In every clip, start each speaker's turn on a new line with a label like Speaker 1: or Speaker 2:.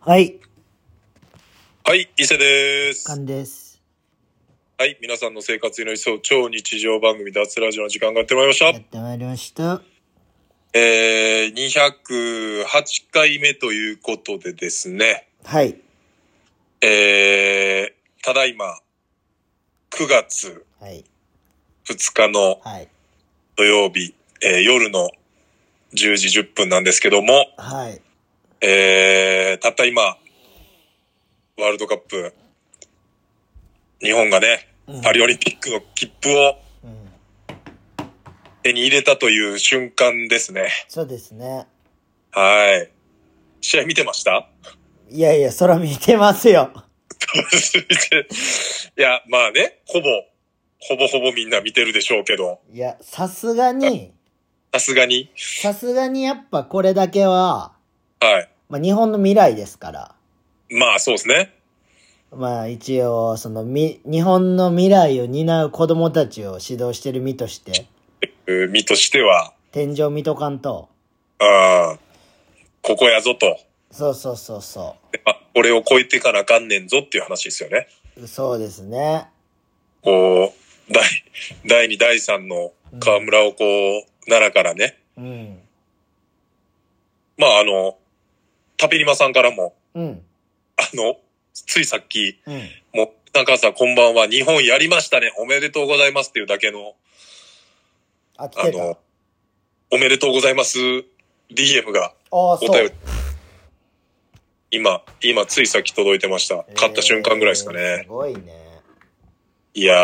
Speaker 1: はい、
Speaker 2: はい、伊勢です。
Speaker 1: 勘です。
Speaker 2: はい、皆さんの生活への一を超日常番組脱ラジオの時間がやってまいりました
Speaker 1: やっ。てまいりました。
Speaker 2: えー、208回目ということでですね、
Speaker 1: はい。
Speaker 2: えー、ただいま、9月
Speaker 1: はい。
Speaker 2: 2日の
Speaker 1: はい。
Speaker 2: 土曜日、えー夜の10時10分なんですけども、
Speaker 1: はい。
Speaker 2: えー、たった今、ワールドカップ、日本がね、パリオリンピックの切符を
Speaker 1: うん。
Speaker 2: 手に入れたという瞬間ですね。
Speaker 1: そうですね。
Speaker 2: はい。試合見てました
Speaker 1: いやいや、空見てますよ。
Speaker 2: いや、まあね、ほぼ、ほぼほぼみんな見てるでしょうけど、
Speaker 1: いや、さすがに、
Speaker 2: さすがに、
Speaker 1: さすがにやっぱこれだけは、
Speaker 2: はい。
Speaker 1: まあ日本の未来ですから。
Speaker 2: まあそうですね。
Speaker 1: まあ一応、そのみ、日本の未来を担う子供たちを指導してる身として、
Speaker 2: うー身としては、
Speaker 1: 天井見とかんと。
Speaker 2: あーここやぞと。
Speaker 1: そうそうそうそ
Speaker 2: でまあ、これを超えていかなあかんねんぞっていう話ですよね。
Speaker 1: う。そうですね。
Speaker 2: こう、第、第2、第3の河村をこう、奈良からね、
Speaker 1: うん。
Speaker 2: まああの、タピリマさんからも、
Speaker 1: うん。
Speaker 2: あの、ついさっき、
Speaker 1: うん。
Speaker 2: もう、田川さんこんばんは。日本やりましたね。おめでとうございますっていうだけの、
Speaker 1: あ、来
Speaker 2: あ
Speaker 1: てた。あ
Speaker 2: の、おめでとうございます DM が
Speaker 1: あー、
Speaker 2: お
Speaker 1: そ
Speaker 2: 便り
Speaker 1: う。、
Speaker 2: 今、今ついさっき届いてました。買った瞬間ぐらいですか
Speaker 1: えーす
Speaker 2: ね。
Speaker 1: ごいね。
Speaker 2: いやー、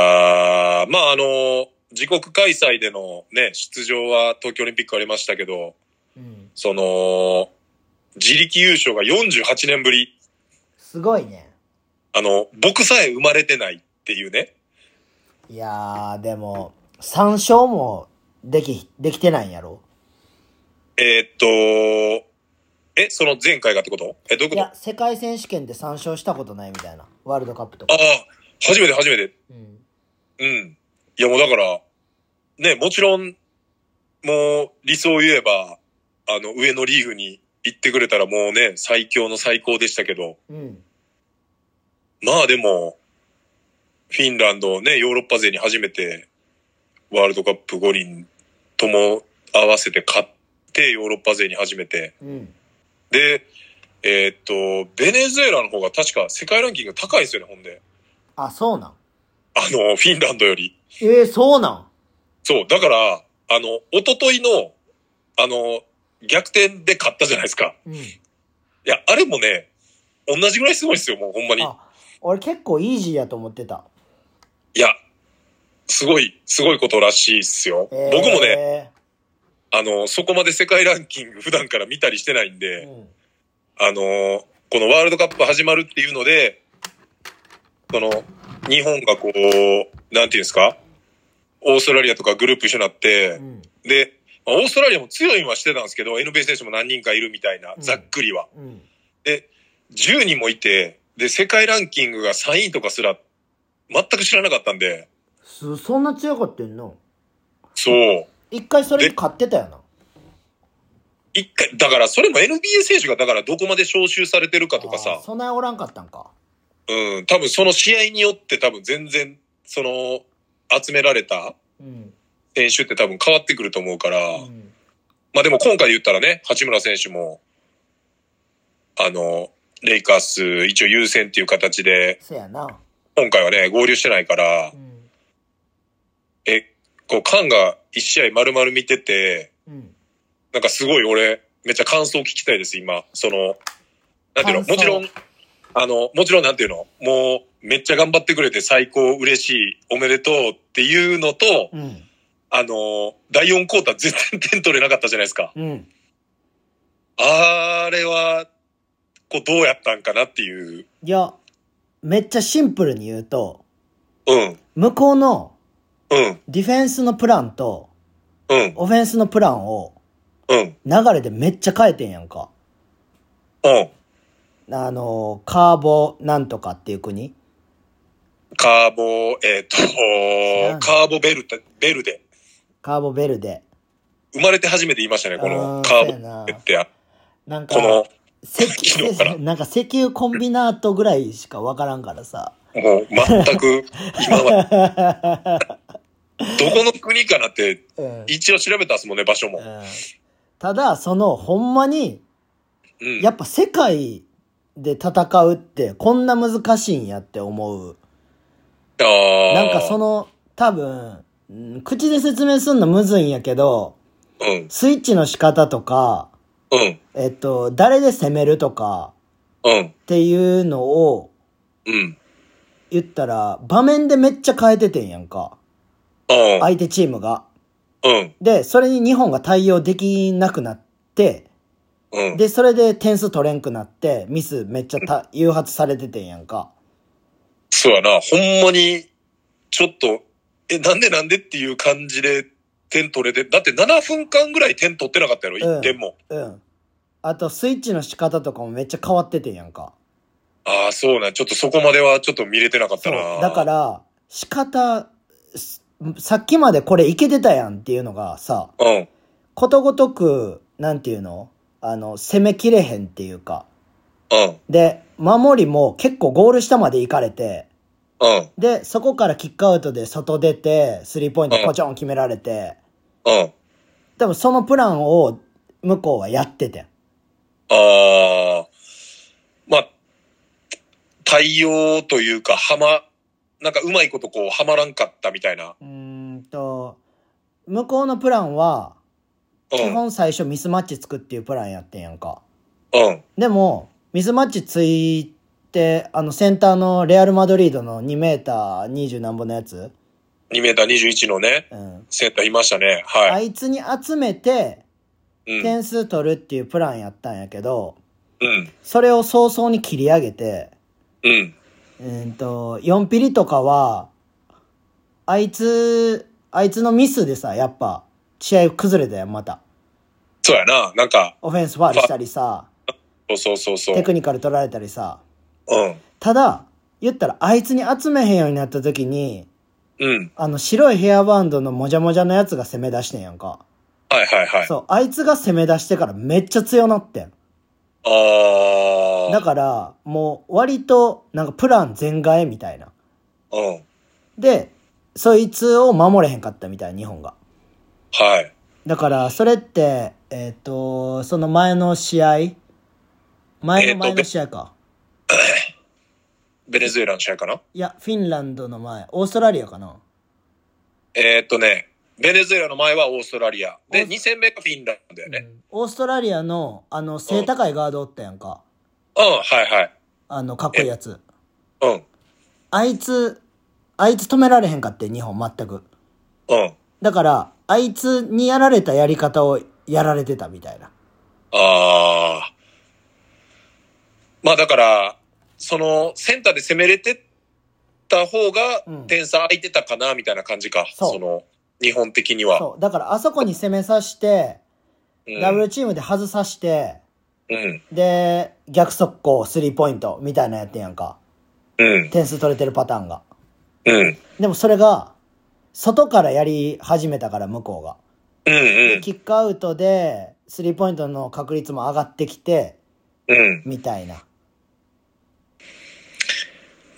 Speaker 2: まああの、自国開催でのね、出場は東京オリンピックありましたけど、
Speaker 1: うん。
Speaker 2: その、自力優勝が48年ぶり。
Speaker 1: すごいね。
Speaker 2: あの、僕さえ生まれてないっていうね。
Speaker 1: いやー、でも、3勝もでき、できてないんやろ
Speaker 2: えーっと、え、その前回がってことえ、どういうこ
Speaker 1: い
Speaker 2: と
Speaker 1: や、世界選手権で3勝したことないみたいな。ワールドカップと
Speaker 2: あ
Speaker 1: か
Speaker 2: あ。、初めて初めて。
Speaker 1: うん。
Speaker 2: うん。いやもうだから、ね、もちろん、もう理想を言えば、あの、上のリーグに行ってくれたらもうね、最強の最高でしたけど、
Speaker 1: うん。
Speaker 2: まあでも、フィンランドをね、ヨーロッパ勢に初めて、ワールドカップ五輪とも合わせて勝って、ヨーロッパ勢に初めて。
Speaker 1: うん。
Speaker 2: で、えーっと、ベネズエラの方が確か世界ランキング高いですよね、ほんで。
Speaker 1: あ、そうなん。
Speaker 2: あの、フィンランドより。
Speaker 1: えー、そうなん。
Speaker 2: そう、だから、あの、一昨日の、あの、逆転で勝ったじゃないですか。
Speaker 1: うん。
Speaker 2: いや、あれもね、同じぐらいすごいですよ、もうほんまに。
Speaker 1: あ、俺結構イージーやと思ってた。
Speaker 2: いや、すごい、すごいことらしいっすよ。
Speaker 1: えー
Speaker 2: 僕もね、。あの、そこまで世界ランキング普段から見たりしてないん
Speaker 1: う
Speaker 2: で、
Speaker 1: ん。
Speaker 2: あの、このワールドカップ始まるっていうので、その、日本がこう、なんていうんですか、オーストラリアとかグループ一緒になって、
Speaker 1: うん。
Speaker 2: で、まあオーストラリアも強いのはしてたんですけど、NBA 選手も何人かいるみたいな、
Speaker 1: うん
Speaker 2: ざっくりは。
Speaker 1: うん。
Speaker 2: で、10人もいて、で、世界ランキングが3位とかすら、全く知らなかったんで、
Speaker 1: す、そんな強かったんの
Speaker 2: そう。
Speaker 1: 一回それで勝ってたよな。
Speaker 2: 一回、だから、それも NBA 選手が、だから、どこまで招集されてるかとか
Speaker 1: あ
Speaker 2: さ
Speaker 1: ー、そんなおらんかったんか。
Speaker 2: うん、多分その試合によって、多分全然、その、集められた
Speaker 1: うん。
Speaker 2: 選手って多分変わってくると思うから、
Speaker 1: うん
Speaker 2: まあでも今回言ったらね、八村選手も、あの、レイカース一応優先っていう形で、
Speaker 1: そやな。
Speaker 2: 今回はね、合流してないから
Speaker 1: う、ん。
Speaker 2: え、こう、カンが一試合丸々見てて、
Speaker 1: うん。
Speaker 2: なんかすごい俺、めっちゃ感想聞きたいです、今。その、なんていうの
Speaker 1: 感想
Speaker 2: もちろん、あの、もちろんなんていうのもう、めっちゃ頑張ってくれて最高嬉しい、おめでとうっていうのと、
Speaker 1: うん。
Speaker 2: あの、第4クォーター全然点取れなかったじゃないですか。
Speaker 1: うん。
Speaker 2: あれは、こう、どうやったんかなっていう。
Speaker 1: いや、めっちゃシンプルに言うと、
Speaker 2: うん、
Speaker 1: 向こうの
Speaker 2: うん、
Speaker 1: ディフェンスのプランと
Speaker 2: うん、
Speaker 1: オフェンスのプランを
Speaker 2: うん、
Speaker 1: 流れでめっちゃ変えてんやんか。
Speaker 2: うん。
Speaker 1: あの、カーボなんとかっていう国
Speaker 2: カーボ、えっ、
Speaker 1: ら
Speaker 2: と、
Speaker 1: ん
Speaker 2: カーボベルテ、ベルデ。
Speaker 1: カーボベルデ。
Speaker 2: 生まれて初めて言いましたね、この
Speaker 1: あー
Speaker 2: カー
Speaker 1: そうや
Speaker 2: ボ
Speaker 1: な
Speaker 2: ベルデって、
Speaker 1: なんか
Speaker 2: こ、の
Speaker 1: 石
Speaker 2: 昨日から
Speaker 1: なんか石油コンビナートぐらいしかわからんからさ。
Speaker 2: もう全く今は、 どこの国かなって
Speaker 1: うん。
Speaker 2: 一応調べたんですもんね、場所も
Speaker 1: う。んただ、その、ほんまに、
Speaker 2: うん。
Speaker 1: やっぱ世界で戦うってこんな難しいんやって思う。
Speaker 2: あー
Speaker 1: なんかそ、の、多分、うん口で説明すんのむずいんやけど、
Speaker 2: うん、
Speaker 1: スイッチの仕方とか、
Speaker 2: うん、
Speaker 1: えっと、誰で攻めるとか
Speaker 2: うん、
Speaker 1: っていうのを
Speaker 2: うん。
Speaker 1: 言ったら、場面でめっちゃ変えててんやんか。
Speaker 2: あ
Speaker 1: 相手チームが。
Speaker 2: あ、うん、
Speaker 1: で、それに日本が対応できなくなって、
Speaker 2: うん。
Speaker 1: で、それで点数取れんくなって、ミスめっちゃた誘発されててんやんか。
Speaker 2: そうやな、ほんまに、ちょっと、え、なんでなんでっていう感じで点取れて、だって7分間ぐらい点取ってなかったやろ、
Speaker 1: うん
Speaker 2: 1点も。
Speaker 1: うん。あと、スイッチの仕方とかもめっちゃ変わっててんやんか。
Speaker 2: ああ、そうなん、ちょっとそこまではちょっと見れてなかっ
Speaker 1: そ
Speaker 2: た
Speaker 1: う
Speaker 2: な。
Speaker 1: だか、ら、仕方、すさっきまでこれいけてたやんっていうのがさ、
Speaker 2: うん、
Speaker 1: ことごとく、なんていうのあの、攻めきれへんっていうか。
Speaker 2: うん、
Speaker 1: で、守りも結構ゴール下まで行かれて、
Speaker 2: うん、
Speaker 1: で、そこからキックアウトで外出て、スリーポイント
Speaker 2: うん
Speaker 1: ポチョン決められて、
Speaker 2: うん。
Speaker 1: 多分そのプランを向こうはやっててん。
Speaker 2: ああ、まあ、対応というか、はま、なんかうまいことこう、はまらんかったみたいな。
Speaker 1: うーんと、向こうのプランは、
Speaker 2: うん、
Speaker 1: 基
Speaker 2: うん、
Speaker 1: 本最初ミスマッチつくっていうプランやってんやんか。
Speaker 2: うん、
Speaker 1: でも、ミスマッチついて、あの、センターのレアル・マドリードの2メーター20何本のやつ、
Speaker 2: 2メーター21のね、
Speaker 1: うん。
Speaker 2: センターいましたね。は
Speaker 1: あ
Speaker 2: い。
Speaker 1: いつに集めて、
Speaker 2: うん、
Speaker 1: 点数取るっていうプランやったんやけど、
Speaker 2: うん、
Speaker 1: それを早々に切り上げて、
Speaker 2: うん、
Speaker 1: うーんと、4ピリとかは、あいつ、あいつのミスでさ、やっぱ、試合崩れたやん、また。
Speaker 2: そうやな、なんか、
Speaker 1: オフェンスファールしたりさ、
Speaker 2: そうそうそうそう。
Speaker 1: テクニカル取られたりさ。
Speaker 2: うん。
Speaker 1: ただ、言ったら、あいつに集めへんようになった時に、
Speaker 2: うん。
Speaker 1: あの、白いヘアバンドのもじゃもじゃのやつが攻め出してんやんか。
Speaker 2: はいはいはい。
Speaker 1: そう、あいつが攻め出してからめっちゃ強なってん。
Speaker 2: ああ。
Speaker 1: だから、もう、割と、なんか、プラン全替えみたいな。
Speaker 2: うん。
Speaker 1: で、そいつを守れへんかったみたい、日本が。
Speaker 2: はい。
Speaker 1: だから、それって、えっ、と、その前の試合前の前の試合か。
Speaker 2: ベネズエラの試合かない
Speaker 1: や、フィンランドの前、オーストラリアかな。
Speaker 2: えーっとね、ベネズエラの前はオーストラリア。
Speaker 1: オー
Speaker 2: で、
Speaker 1: ス
Speaker 2: 2戦目がフィンランドだよ
Speaker 1: う
Speaker 2: ね。
Speaker 1: んオーストラリアの、あの、背高いガードおったやんか。
Speaker 2: うん、はいはい。
Speaker 1: あの、かっこいいやつ。
Speaker 2: うん。
Speaker 1: あいつ、あいつ止められへんかって、日本全く。
Speaker 2: うん。
Speaker 1: だから、あいつにやられたやり方をやられてたみたいな。
Speaker 2: ああ。まあだから、その、センターで攻めれてた方が
Speaker 1: うん、
Speaker 2: 点差空いてたかな、みたいな感じか。
Speaker 1: そう
Speaker 2: その、日本的には。
Speaker 1: そう。だから、あそこに攻めさして、
Speaker 2: うん
Speaker 1: ダブルチームで外さして、
Speaker 2: うん。
Speaker 1: で、逆速攻、スリーポイント、みたいなのやってんやんか。
Speaker 2: うん。
Speaker 1: 点数取れてるパターンが。
Speaker 2: うん。
Speaker 1: でもそれが、外からやり始めたから、向こうが。
Speaker 2: うん。うん。
Speaker 1: キックアウトで、スリーポイントの確率も上がってきて、
Speaker 2: うん。
Speaker 1: みたいな。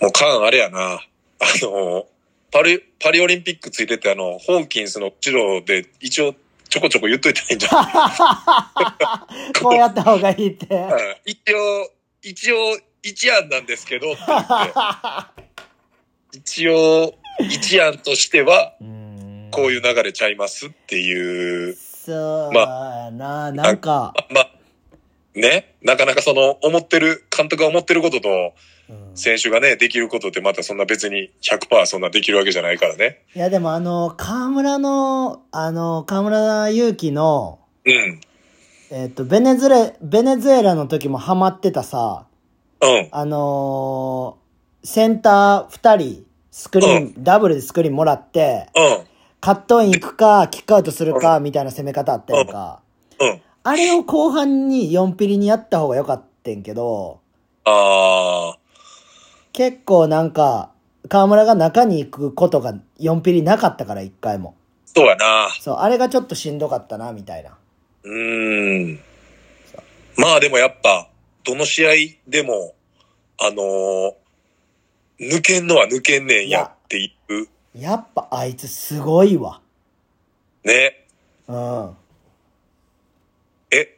Speaker 2: もうカンあれやな。あの、パリ、パリオリンピックついてて、あの、ホーキンスの後ろで一応ちょこちょこ言っといたらいいんじゃな
Speaker 1: こうやった方がいいって。
Speaker 2: いうん一応、一応、一案なんですけどって言って、一応、一案としては、こういうう流れちゃいますっていう
Speaker 1: ーん。、そう
Speaker 2: ま
Speaker 1: やな、なんか、
Speaker 2: まあ、ね、なかなかその、思ってる、監督が思ってることと、
Speaker 1: うん
Speaker 2: 選手がね、できることってまたそんな別に100%そんなできるわけじゃないからね。
Speaker 1: いやでもあの、河村の、あの、河村勇輝の、
Speaker 2: うん、
Speaker 1: えっ、と、ベネズレ、ベネズエラの時もハマってたさ、
Speaker 2: うん、
Speaker 1: あのーセンター2人、スクリーン、ダブルでスクリーンもらって、
Speaker 2: うん、
Speaker 1: カットイン行くか、キックアウトするか、みたいな攻め方あったやんか。
Speaker 2: うん。
Speaker 1: あれを後半に4ピリにやった方が良かったんけど、
Speaker 2: あ
Speaker 1: 結構なんか、河村が中に行くことが4ピリなかったから、1回も。
Speaker 2: ー、そうやな。
Speaker 1: そう、あれがちょっとしんどかったな、みたいな。
Speaker 2: うーん。まあでもやっぱ、どの試合でも、あのー抜けんのは抜けんねんやっていう、
Speaker 1: やっぱあいつすごいわ。
Speaker 2: ね。
Speaker 1: うん。
Speaker 2: え、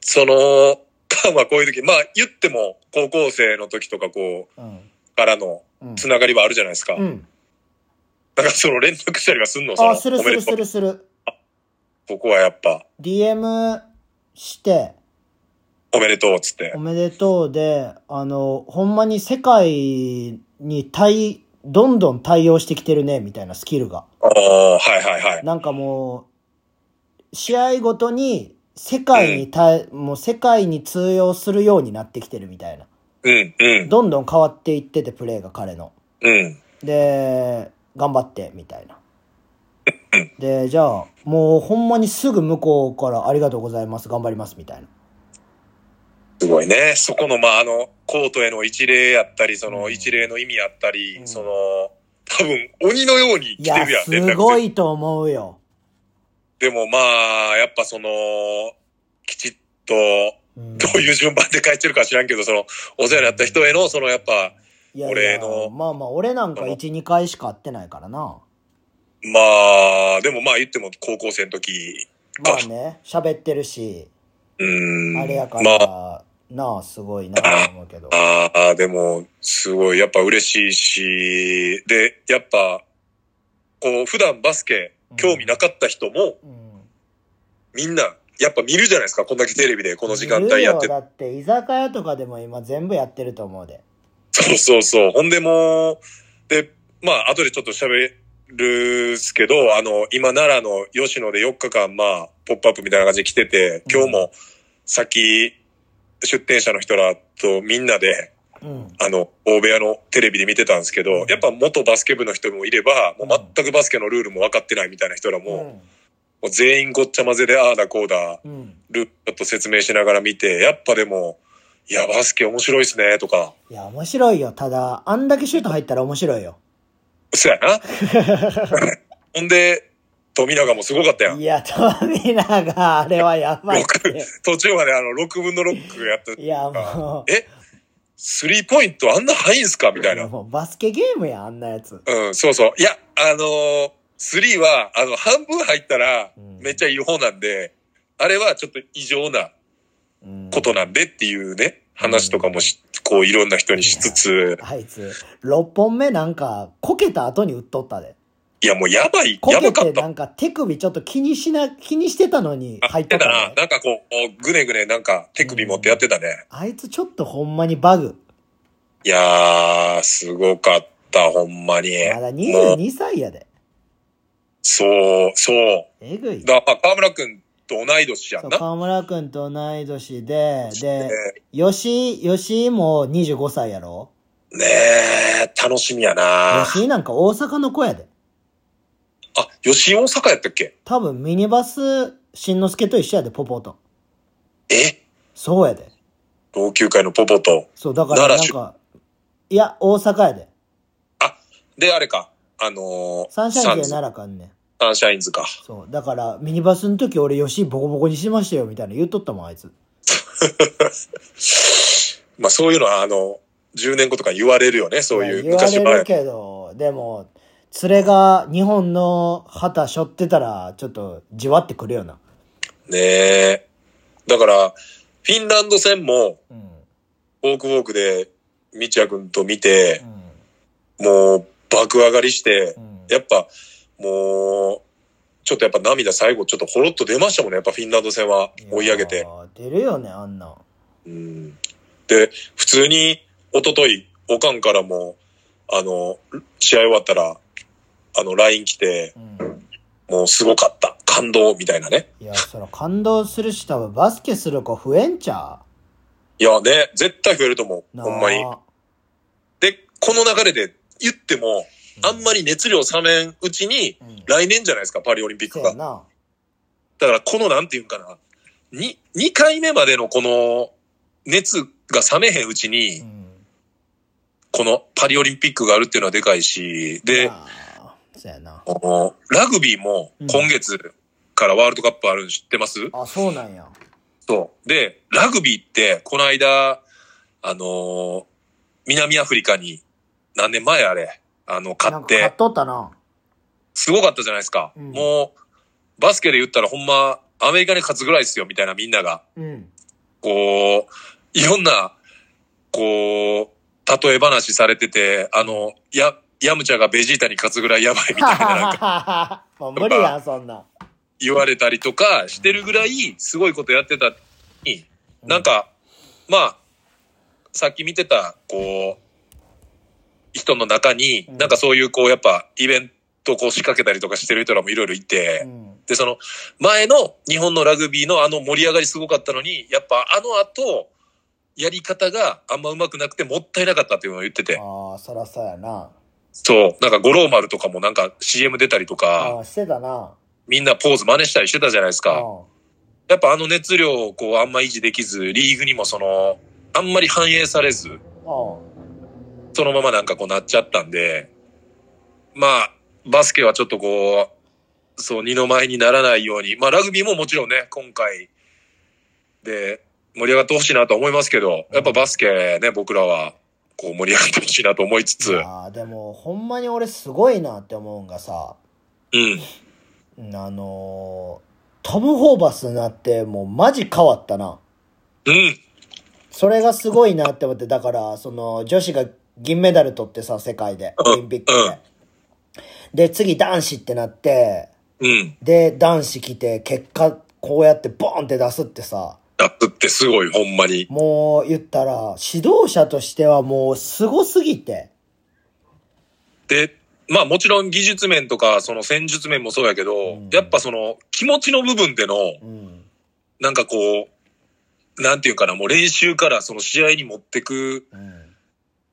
Speaker 2: その、カンはこういう時、まあ言っても高校生の時とかこ
Speaker 1: うん。
Speaker 2: う、からの
Speaker 1: うん。
Speaker 2: つながりはあるじゃないですか。
Speaker 1: うん。
Speaker 2: なんかその連絡したりはすんのそ
Speaker 1: あ、
Speaker 2: の
Speaker 1: するする
Speaker 2: おめ
Speaker 1: す
Speaker 2: でとう
Speaker 1: るする。
Speaker 2: ここはやっぱ、
Speaker 1: DM して、
Speaker 2: おめでとうっつって
Speaker 1: お。めでとうで、あの、ほんまに世界に対、どんどん対応してきてるね、みたいなスキルが。
Speaker 2: ああ、はいはいはい。
Speaker 1: なんかもう、試合ごとに世界に対、もう世界に通用するようになってきてるみたいな。
Speaker 2: うん、うん、
Speaker 1: どんどん変わっていってて、プレーが彼の。
Speaker 2: うん。
Speaker 1: で、頑張って、みたいな。で、じゃあ、もうほんまにすぐ向こうからありがとうございます、頑張ります、みたいな。
Speaker 2: すごいね。そこの、まあ、あの、コートへの一礼やったり、その
Speaker 1: うん
Speaker 2: 一礼の意味やったり、
Speaker 1: うん
Speaker 2: その、多分、鬼のように
Speaker 1: い
Speaker 2: 来て
Speaker 1: や
Speaker 2: るや、ん、
Speaker 1: すご
Speaker 2: 連絡
Speaker 1: いと思うよ。
Speaker 2: でもまあ、やっぱその、きちっと、
Speaker 1: うん
Speaker 2: どういう順番で書いてるか知らんけど、その、お世話になった人への、その、やっぱ、
Speaker 1: いやいや
Speaker 2: 俺の
Speaker 1: まあまあ、俺なんか1、2回しか会ってないからな。
Speaker 2: まあ、でもまあ言っても高校生の時、
Speaker 1: まあね、喋ってるし、
Speaker 2: うーん。
Speaker 1: あれやか
Speaker 2: まあ、
Speaker 1: ら、なあ、すごいなと思うけど。
Speaker 2: ああ、でも、すごい、やっぱ嬉しいし、で、やっぱ、こう、普段バスケ、興味なかった人も、
Speaker 1: うん
Speaker 2: みんな、やっぱ見るじゃないですか、こんだけテレビでこの時間帯
Speaker 1: い
Speaker 2: やっ
Speaker 1: る
Speaker 2: て
Speaker 1: よ。だって、居酒屋とかでも今全部やってると思うで。
Speaker 2: そうそうそう。ほんでもう、で、まあ、後でちょっと喋るっすけど、あの、今、奈良の吉野で4日間、まあ、ポップアップみたいな感じで来てて、今日も、さっき、出店者の人らとみんなで、
Speaker 1: うん。
Speaker 2: あの、大部屋のテレビで見てたんですけど、やっぱ元バスケ部の人もいれば、もう全くバスケのルールも分かってないみたいな人らも、もう全員ごっちゃ混ぜで、ああだこうだ、
Speaker 1: うん。うん。
Speaker 2: ルールちょっと説明しながら見て、やっぱでも、いや、バスケ面白いっすね、とか、
Speaker 1: いや、面白いよ。ただ、あんだけシュート入ったら面白いよ。
Speaker 2: そうや な。ほんで、富永もすごかったやん。
Speaker 1: い
Speaker 2: よ
Speaker 1: や、富永、あれはやばいっ
Speaker 2: く
Speaker 1: て。
Speaker 2: 途中まであの、6分の6やって、
Speaker 1: いや、も、
Speaker 2: えスリーポイントあんな入んすかみたいうな。
Speaker 1: もうバスケゲームやん、あんなやつ。
Speaker 2: うん、そうそう。いや、あのースリーは、あの、半分入ったら
Speaker 1: うん、
Speaker 2: めっちゃいい方なんで、あれはちょっと異常な
Speaker 1: うん
Speaker 2: ことなんでっていうね、話とかもし、こう、いろんな人にしつつ、
Speaker 1: あいつ、6本目なんか、こけた後に打っとったで。
Speaker 2: いや、もうやばい、
Speaker 1: こ
Speaker 2: や
Speaker 1: け
Speaker 2: ばか
Speaker 1: て
Speaker 2: っ
Speaker 1: な
Speaker 2: た。
Speaker 1: んか手首ちょっと気にしな、気にしてたのに
Speaker 2: あ
Speaker 1: 入っとった
Speaker 2: な
Speaker 1: ね。
Speaker 2: なんかこう、ぐねぐねなんか手首持ってやってたね。
Speaker 1: あいつちょっとほんまにバグ。
Speaker 2: いやー、すごかった、ほんまに。
Speaker 1: まだ
Speaker 2: もう
Speaker 1: 22歳やで。
Speaker 2: そう、そう。
Speaker 1: えぐい。
Speaker 2: だから、まあ河村くんと同い年や
Speaker 1: そ
Speaker 2: ん
Speaker 1: う
Speaker 2: な。
Speaker 1: 河村くんと同い年で、で、
Speaker 2: ね
Speaker 1: 吉井、吉井も25歳やろ
Speaker 2: ねえ、楽しみやな
Speaker 1: 吉井なんか大阪の子やで。
Speaker 2: あ、吉井大阪やったっけ
Speaker 1: 多分ミニバス、しんのすけと一緒やで、ポポと。
Speaker 2: え
Speaker 1: そうやで。
Speaker 2: 老朽会のポポと。
Speaker 1: そう、だからなん
Speaker 2: 奈良
Speaker 1: か、いや、大阪やで。
Speaker 2: で、あれか。あのー、
Speaker 1: サンシャイン系
Speaker 2: サ
Speaker 1: 奈良かんねん。
Speaker 2: ズサンシャインズか。
Speaker 1: そう、だからミニバスの時俺吉井ボコボコにしましたよ、みたいな言っとったもん、あいつ。
Speaker 2: まあ、そういうのは、あの、10年後とか言われるよね、そういう。
Speaker 1: や言わ
Speaker 2: 昔
Speaker 1: れる
Speaker 2: は。
Speaker 1: けど、でも、連れが日本の旗背負ってたら、ちょっとじわってくるよな。
Speaker 2: ねえ。だから、フィンランド戦も、
Speaker 1: うん。
Speaker 2: ウォークウォークで、みちやくんと見て
Speaker 1: う、ん。
Speaker 2: もう、爆上がりして
Speaker 1: う、ん。
Speaker 2: やっぱ、もう、ちょっとやっぱ涙最後ちょっとほろっと出ましたもんね。やっぱフィンランド戦は追い上げて
Speaker 1: や。ー。出るよね、あんなん。
Speaker 2: うん、で、普通に、一昨日おかんからも、あの、試合終わったら、あの、LINE 来て、
Speaker 1: うん。
Speaker 2: もうすごかった。感動みたいなね。
Speaker 1: いや、そら感動するし、多分バスケする子増えんちゃ
Speaker 2: いやね、絶対増えると思う。
Speaker 1: う
Speaker 2: ほんまに。で、この流れで言っても、あんま
Speaker 1: り、
Speaker 2: り熱量冷めんうちに、
Speaker 1: うん、
Speaker 2: 来年じゃないですか、パリオリンピック
Speaker 1: そう
Speaker 2: が
Speaker 1: や。な。
Speaker 2: だからこのなんていうんかな、に、2回目までのこの熱が冷めへんうちに、
Speaker 1: うん。
Speaker 2: このパリオリンピックがあるっていうのはでかいし、で、
Speaker 1: あー、そうやな。
Speaker 2: このラグビーも
Speaker 1: うん
Speaker 2: 今月からワールドカップあるの知ってます、
Speaker 1: あ、そうなんや。
Speaker 2: そう。で、ラグビーってこの間、あのー南アフリカに、何年前あれ、あの、
Speaker 1: な
Speaker 2: 勝
Speaker 1: ん
Speaker 2: っ
Speaker 1: か買
Speaker 2: て
Speaker 1: っ、とったな。
Speaker 2: すごかったじゃないですか。
Speaker 1: うん
Speaker 2: もう、バスケで言ったらほんま、アメリカに勝つぐらいですよ、みたいなみんなが。
Speaker 1: うん。
Speaker 2: こう、いろんな、こう、例え話されてて、あの、や、ヤムチャがベジータに勝つぐらいやばいみたいな なんか
Speaker 1: もう無理やん、そんな。
Speaker 2: 言われたりとかしてるぐらい、すごいことやってたのに、なんか、まあ、さっき見てた、こう、人の中に、
Speaker 1: うん
Speaker 2: なんかそういう、こう、やっぱ、イベントをこう仕掛けたりとかしてる人らもいろいろいて、
Speaker 1: うん。
Speaker 2: で、その、前の日本のラグビーのあの盛り上がりすごかったのに、やっぱあの後、やり方があんま上手くなくてもったいなかったっていうのを言ってて。
Speaker 1: ああ、そらそうやな。
Speaker 2: そう。なんか五郎丸とかもなんか CM 出たりと
Speaker 1: あ
Speaker 2: か、
Speaker 1: あ、してたな。
Speaker 2: みんなポーズ真似したりしてたじゃないです
Speaker 1: う
Speaker 2: か。やっぱあの熱量をこうあんま維持できず、リーグにもその、あんまり反映されず、
Speaker 1: ん。うん。
Speaker 2: そのままなんかこうなっちゃったんで、まあ、バスケはちょっとこう、そう、二の舞にならないように、まあラグビーももちろんね、今回で盛り上がってほしいなと思いますけど、やっぱバスケね、僕らはこう盛り上がってほしいなと思いつつ、うん、
Speaker 1: ああ、でも、ほんまに俺すごいなって思うんがさ、うんあのートム・ホーバスになって、もうマジ変わったな。
Speaker 2: うん、
Speaker 1: それがすごいなって思って、だから、その、女子が銀メダル取ってさ、世界で、
Speaker 2: うん
Speaker 1: オリンピックで。で、次男子ってなって、
Speaker 2: うん。
Speaker 1: で、男子来て、結果、こうやってボーンって出すってさ、
Speaker 2: ラップってすごい、ほんまに。
Speaker 1: もう言ったら、指導者としてはもうすごすぎて。
Speaker 2: で、まあもちろん技術面とか、その戦術面もそうやけど、
Speaker 1: うん
Speaker 2: やっぱその気持ちの部分での、
Speaker 1: うん。
Speaker 2: なんかこう、なんていうかな、もう練習からその試合に持ってく、
Speaker 1: うん。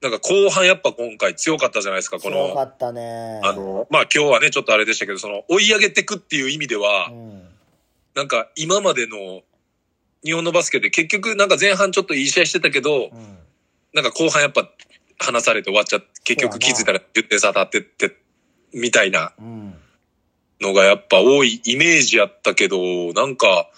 Speaker 2: なんか後半やっぱ今回強かったじゃないですか、こ
Speaker 1: 強か
Speaker 2: の、
Speaker 1: ったね。
Speaker 2: あの、まあ今日はね、ちょっとあれでしたけど、その追い上げてくっていう意味では、
Speaker 1: うん。
Speaker 2: なんか今までの日本のバスケで結局なんか前半ちょっといい試合してたけ
Speaker 1: う
Speaker 2: ど、
Speaker 1: ん。
Speaker 2: なんか後半やっぱ離されて終わっちゃって、結
Speaker 1: そうやな
Speaker 2: 局気づいたら言ってさ、立ってって、みたいな
Speaker 1: うん。
Speaker 2: のがやっぱ多いイメージやったけど、なんか、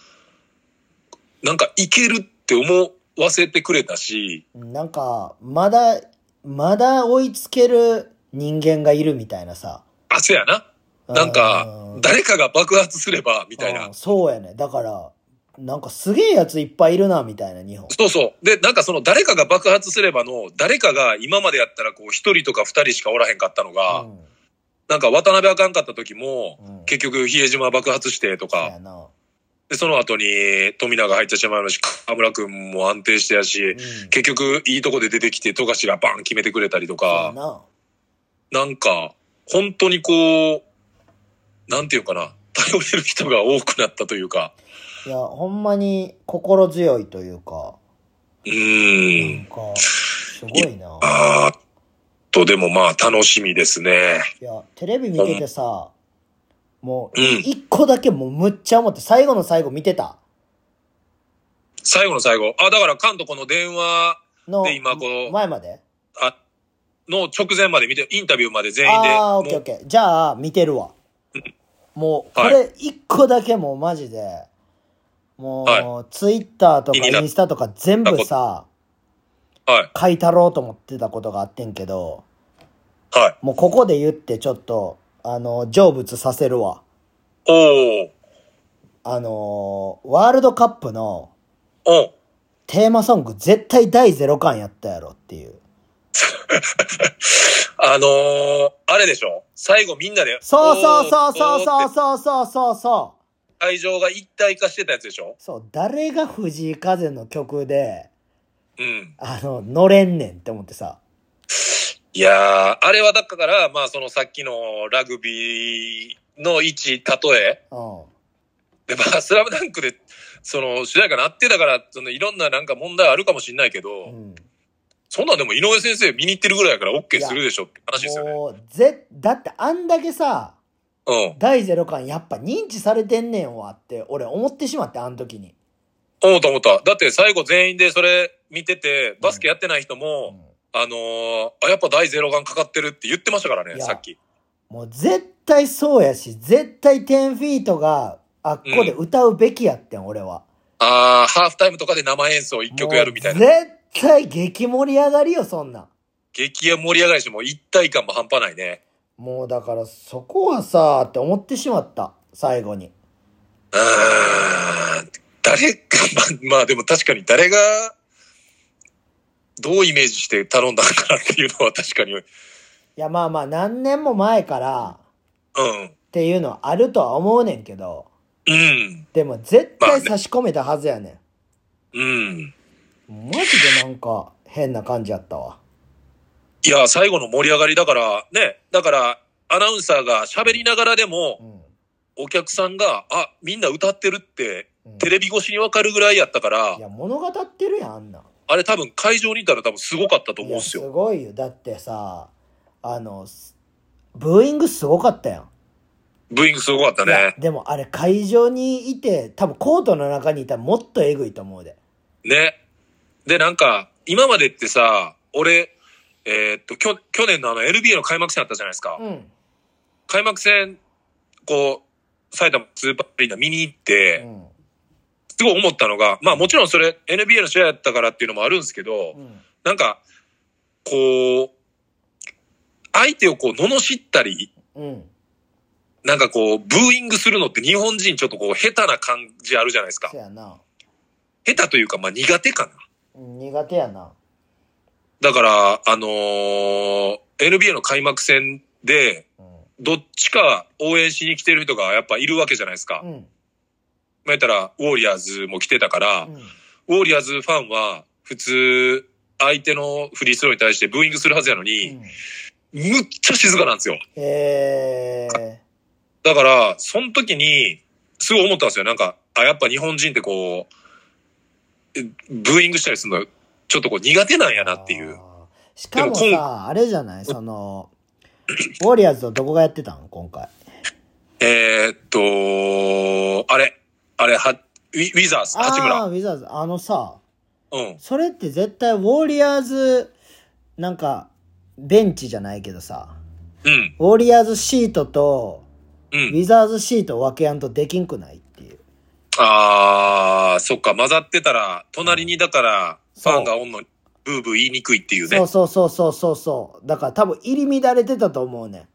Speaker 2: なんかいけるって思わせてくれたし、
Speaker 1: なんか、まだ、まだ追いつける人間がいるみたいなさ。
Speaker 2: あ、せやな。なん
Speaker 1: う
Speaker 2: か、誰かが爆発すれば、みたい
Speaker 1: あ
Speaker 2: な
Speaker 1: ー。そうやね。だから、なんかすげえやついっぱいいるな、みたいな、日本。
Speaker 2: そうそう。で、なんかその誰かが爆発すればの、誰かが今までやったらこう一人とか二人しかおらへんかったのが、
Speaker 1: うん。
Speaker 2: なんか渡辺あかんかった時も、
Speaker 1: うん
Speaker 2: 結局比江島爆発してと
Speaker 1: そう
Speaker 2: か、
Speaker 1: やな。
Speaker 2: で、その後に富永入ってしまうし、河村くんも安定してやし、
Speaker 1: うん
Speaker 2: 結局いいとこで出てきて富樫がバン決めてくれたりと
Speaker 1: そうや
Speaker 2: か、
Speaker 1: な。
Speaker 2: なんか、本当にこう、なんていうかな、頼れる人が多くなったというか、
Speaker 1: いや、ほんまに心強いというか、
Speaker 2: う
Speaker 1: な
Speaker 2: ーん
Speaker 1: ん。か、すごいな。
Speaker 2: あーっと、でもまあ楽しみですね。
Speaker 1: いや、テレビ見ててさ、もう、
Speaker 2: うん
Speaker 1: 一個だけもうむっちゃ思って、最後の最後見てた。
Speaker 2: 最後の最後。あ、だから関東この電話
Speaker 1: の、
Speaker 2: で今この
Speaker 1: 前まで
Speaker 2: あの直前まで見て、インタビューまで全員で。
Speaker 1: ああー、オッケー
Speaker 2: も
Speaker 1: オッ
Speaker 2: う
Speaker 1: ケー。じゃあ、見てるわ。もう、こ
Speaker 2: はい
Speaker 1: れ一個だけもうマジで、もう、
Speaker 2: は
Speaker 1: ツイッターとか
Speaker 2: 気になっ
Speaker 1: インスタとか全部さ、
Speaker 2: はい。
Speaker 1: 書いたろうと思ってたことがあってんけど、
Speaker 2: はい。
Speaker 1: もうここで言ってちょっと、あの、成仏させるわ。
Speaker 2: おー。
Speaker 1: あのーワールドカップの
Speaker 2: おう
Speaker 1: テーマソング絶対第0巻やったやろっていう。
Speaker 2: あのー、あれでしょ最後みんなで。
Speaker 1: そうそうそう
Speaker 2: お
Speaker 1: そう
Speaker 2: ー
Speaker 1: そう
Speaker 2: って
Speaker 1: そうそうそうそう。
Speaker 2: 会場が一体化してたやつでしょ
Speaker 1: そう、誰が藤井風の曲で、
Speaker 2: うん。
Speaker 1: あの、乗れんねんって思ってさ。
Speaker 2: いやー、あれはだから、まあそのさっきのラグビーの位置、例え。
Speaker 1: うん。
Speaker 2: で、まあ、スラムダンクで、その、主題歌なってたから、その、いろんななんか問題あるかもしれないけど、
Speaker 1: うん、
Speaker 2: そんなんでも井上先生見に行ってるぐらいやから OK するでしょって話ですよね。
Speaker 1: もうぜだってあんだけさ
Speaker 2: うん。
Speaker 1: 第0巻やっぱ認知されてんねんわって俺思ってしまってあの時に、
Speaker 2: 思った思った。だって最後全員でそれ見てて、バスケやってない人
Speaker 1: う
Speaker 2: も、
Speaker 1: ん
Speaker 2: あのーあ、やっぱ第ゼロ眼かかってるって言ってましたから
Speaker 1: い
Speaker 2: ね、
Speaker 1: や
Speaker 2: さっき。
Speaker 1: もう絶対そうやし絶対10フィートがあっこで歌うべきやってん、俺は
Speaker 2: あーハーフタイムとかで生演奏一曲やるみたいな。
Speaker 1: もう絶対激盛り上がりよ、そんなん。
Speaker 2: 激や盛り上がりしてもう一体感も半端ないね。
Speaker 1: もうだからそこはさ、って思ってしまった。最後に。
Speaker 2: うーん。誰か、まあ、まあでも確かに誰が、どうイメージして頼んだのかなっていうのは確かに、うん。
Speaker 1: いや、まあまあ、何年も前から、っていうのはあるとは思うねんけど、
Speaker 2: うん。
Speaker 1: でも絶
Speaker 2: まあ
Speaker 1: 対
Speaker 2: ね
Speaker 1: 差し込めたはずやね
Speaker 2: うん。
Speaker 1: ん。マジでなんか変な感じやったわ。
Speaker 2: いや、最後の盛り上がりだから、ね。だから、アナウンサーが喋りながらで
Speaker 1: う
Speaker 2: も、
Speaker 1: ん。
Speaker 2: お客さんが、あ、みんな歌ってるって、
Speaker 1: うん
Speaker 2: テレビ越しにわかるぐらいやったから
Speaker 1: い、や、物語ってるやん、あんなん。
Speaker 2: あれ多分会場にいたら多分すごかったと
Speaker 1: い
Speaker 2: 思うん
Speaker 1: や
Speaker 2: です
Speaker 1: す
Speaker 2: よ。
Speaker 1: ごいよ。だってさ、あの、すブーイングすごかったやん。
Speaker 2: ブーイングすごかった
Speaker 1: いや
Speaker 2: ね。
Speaker 1: でもあれ会場にいて、多分コートの中にいたらもっとえぐいと思うで。
Speaker 2: ね。で、なんか、今までってさ、俺、えーっと、きょ、去年のあの NBA の開幕戦あったじゃないですか。
Speaker 1: うん。
Speaker 2: 開幕戦、こう、埼玉スーパーアリーナ見に行っ
Speaker 1: う
Speaker 2: て、
Speaker 1: ん。
Speaker 2: すごい思ったのが、まあもちろんそれ NBA の試合やったからっていうのもあるんですけど
Speaker 1: う、ん。
Speaker 2: なんか、こう、相手をこう、罵ったり、
Speaker 1: うん。
Speaker 2: なんかこう、ブーイングするのって日本人ちょっとこう、下手な感じあるじゃないですか
Speaker 1: そ。やな。
Speaker 2: 下手というか、まあ苦手かな。
Speaker 1: うん苦手やな。
Speaker 2: だから、あのー NBA の開幕戦で、
Speaker 1: うん。
Speaker 2: どっちか応援しに来てる人がやっぱいるわけじゃないですか。
Speaker 1: う
Speaker 2: まあ
Speaker 1: ん。
Speaker 2: 言ったら、ウォリアーズも来てたから、
Speaker 1: うん。
Speaker 2: ウォリアーズファンは、普通、相手のフリースローに対してブーイングするはずやのに、むっちゃ静かなんですよ。
Speaker 1: ええ
Speaker 2: だから、その時に、すごい思ったんですよ。なんか、あ、やっぱ日本人ってこう、えブーイングしたりするの、ちょっとこう苦手なんやなっていう。
Speaker 1: あーしかも
Speaker 2: でも
Speaker 1: さ、あれじゃないそ の、ウォリアーズとどこがやってたん今回。
Speaker 2: えー、っと、あれ、あれ、は、ウィウィザーズ、八
Speaker 1: あ
Speaker 2: 村。
Speaker 1: あ、ウィザーズ。あのさ、
Speaker 2: うん。
Speaker 1: それって絶対ウォリアーズ、なんか、ベンチじゃないけどさ、
Speaker 2: うん。
Speaker 1: ウォリアーズシートと、
Speaker 2: う
Speaker 1: ウ
Speaker 2: ん。
Speaker 1: ィザーズシート分けやんとできんくないっていう。
Speaker 2: あー、そっか、混ざってたら、隣にだから、フ
Speaker 1: そう
Speaker 2: ァンがおんのに、ブーブー言いにくいっていう
Speaker 1: そ
Speaker 2: ね
Speaker 1: う。そうそうそうそうそう。だから多分入り乱れてたと思うね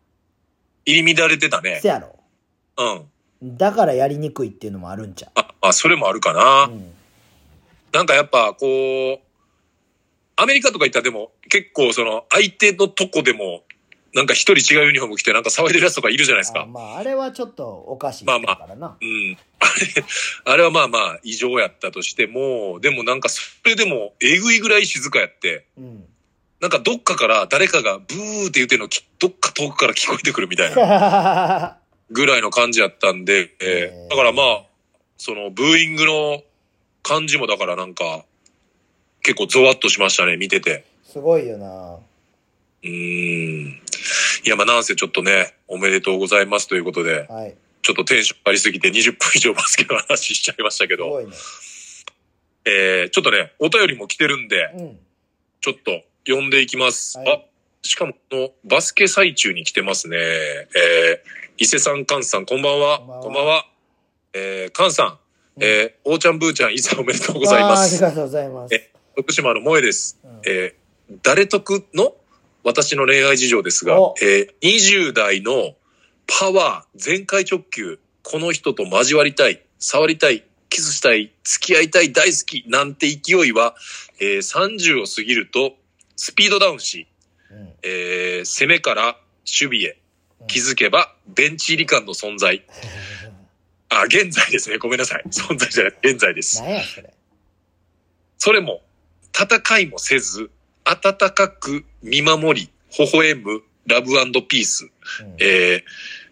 Speaker 2: 入り乱れてた
Speaker 1: ん。
Speaker 2: ね
Speaker 1: せ。やろ。
Speaker 2: うん。
Speaker 1: だからやりにくいっていうのもあるんちゃ
Speaker 2: あ、まあ、それもあるかな。
Speaker 1: う。うん。
Speaker 2: なんかやっぱ、こう、アメリカとか行ったらでも、結構その、相手のとこでも、なんか一人違うユニフォーム着て、なんか騒いでるやつとかいるじゃないです
Speaker 1: あ
Speaker 2: か。
Speaker 1: まあ、あれはちょっとおかしいだからな。
Speaker 2: うん。あれ、あれは まあまあ異常やったとしても、でもなんかそれでもえぐいぐらい静かやって、
Speaker 1: うん。
Speaker 2: なんかどっかから誰かがブーって言ってるのきどっか遠くから聞こえてくるみたいな
Speaker 1: う
Speaker 2: ぐらいの感じやったんで、
Speaker 1: へー
Speaker 2: だからまあ、そのブーイングの感じもだからなんか、結構ゾワッとしましたね、見てて。
Speaker 1: んすごいよな。
Speaker 2: うーん。いやまあなんせちょっとね、おめでとうございますということで、
Speaker 1: はい。
Speaker 2: ちょっとテンション上がりすぎて20分以上バスケの話しちゃいましたけ
Speaker 1: す
Speaker 2: ど。
Speaker 1: ごいね。
Speaker 2: えー、ちょっとね、お便りも来てるんで、
Speaker 1: うん。
Speaker 2: ちょっと読んでいきます。
Speaker 1: はい
Speaker 2: あ、しかも、このバスケ最中に来てますね。えー、伊勢さん、カンさん、こんばんは。
Speaker 1: こんばんは
Speaker 2: こんばんは。えー、カンさん、
Speaker 1: うん
Speaker 2: えー、おーちゃん、ぶーちゃん、伊勢おめでとうございま
Speaker 1: あーあり
Speaker 2: す。
Speaker 1: がとうございます。
Speaker 2: え徳島の萌えです。
Speaker 1: うん
Speaker 2: えー、誰得の私の恋愛事情ですが
Speaker 1: お、
Speaker 2: えー、20代のパワー、全開直球、この人と交わりたい、触りたい、キスしたい、付き合いたい、大好き、なんて勢いは、えー、30を過ぎると、スピードダウンし、
Speaker 1: うん
Speaker 2: えー、攻めから守備へ
Speaker 1: うん、
Speaker 2: 気づけば、ベンチ入り感の 存在。あ、現在ですね。ごめんなさい。存在じゃない。現在です。
Speaker 1: 何やそれ。
Speaker 2: それも、戦いもせず、温かく見守り、微笑む、ラブピース。
Speaker 1: うん
Speaker 2: えー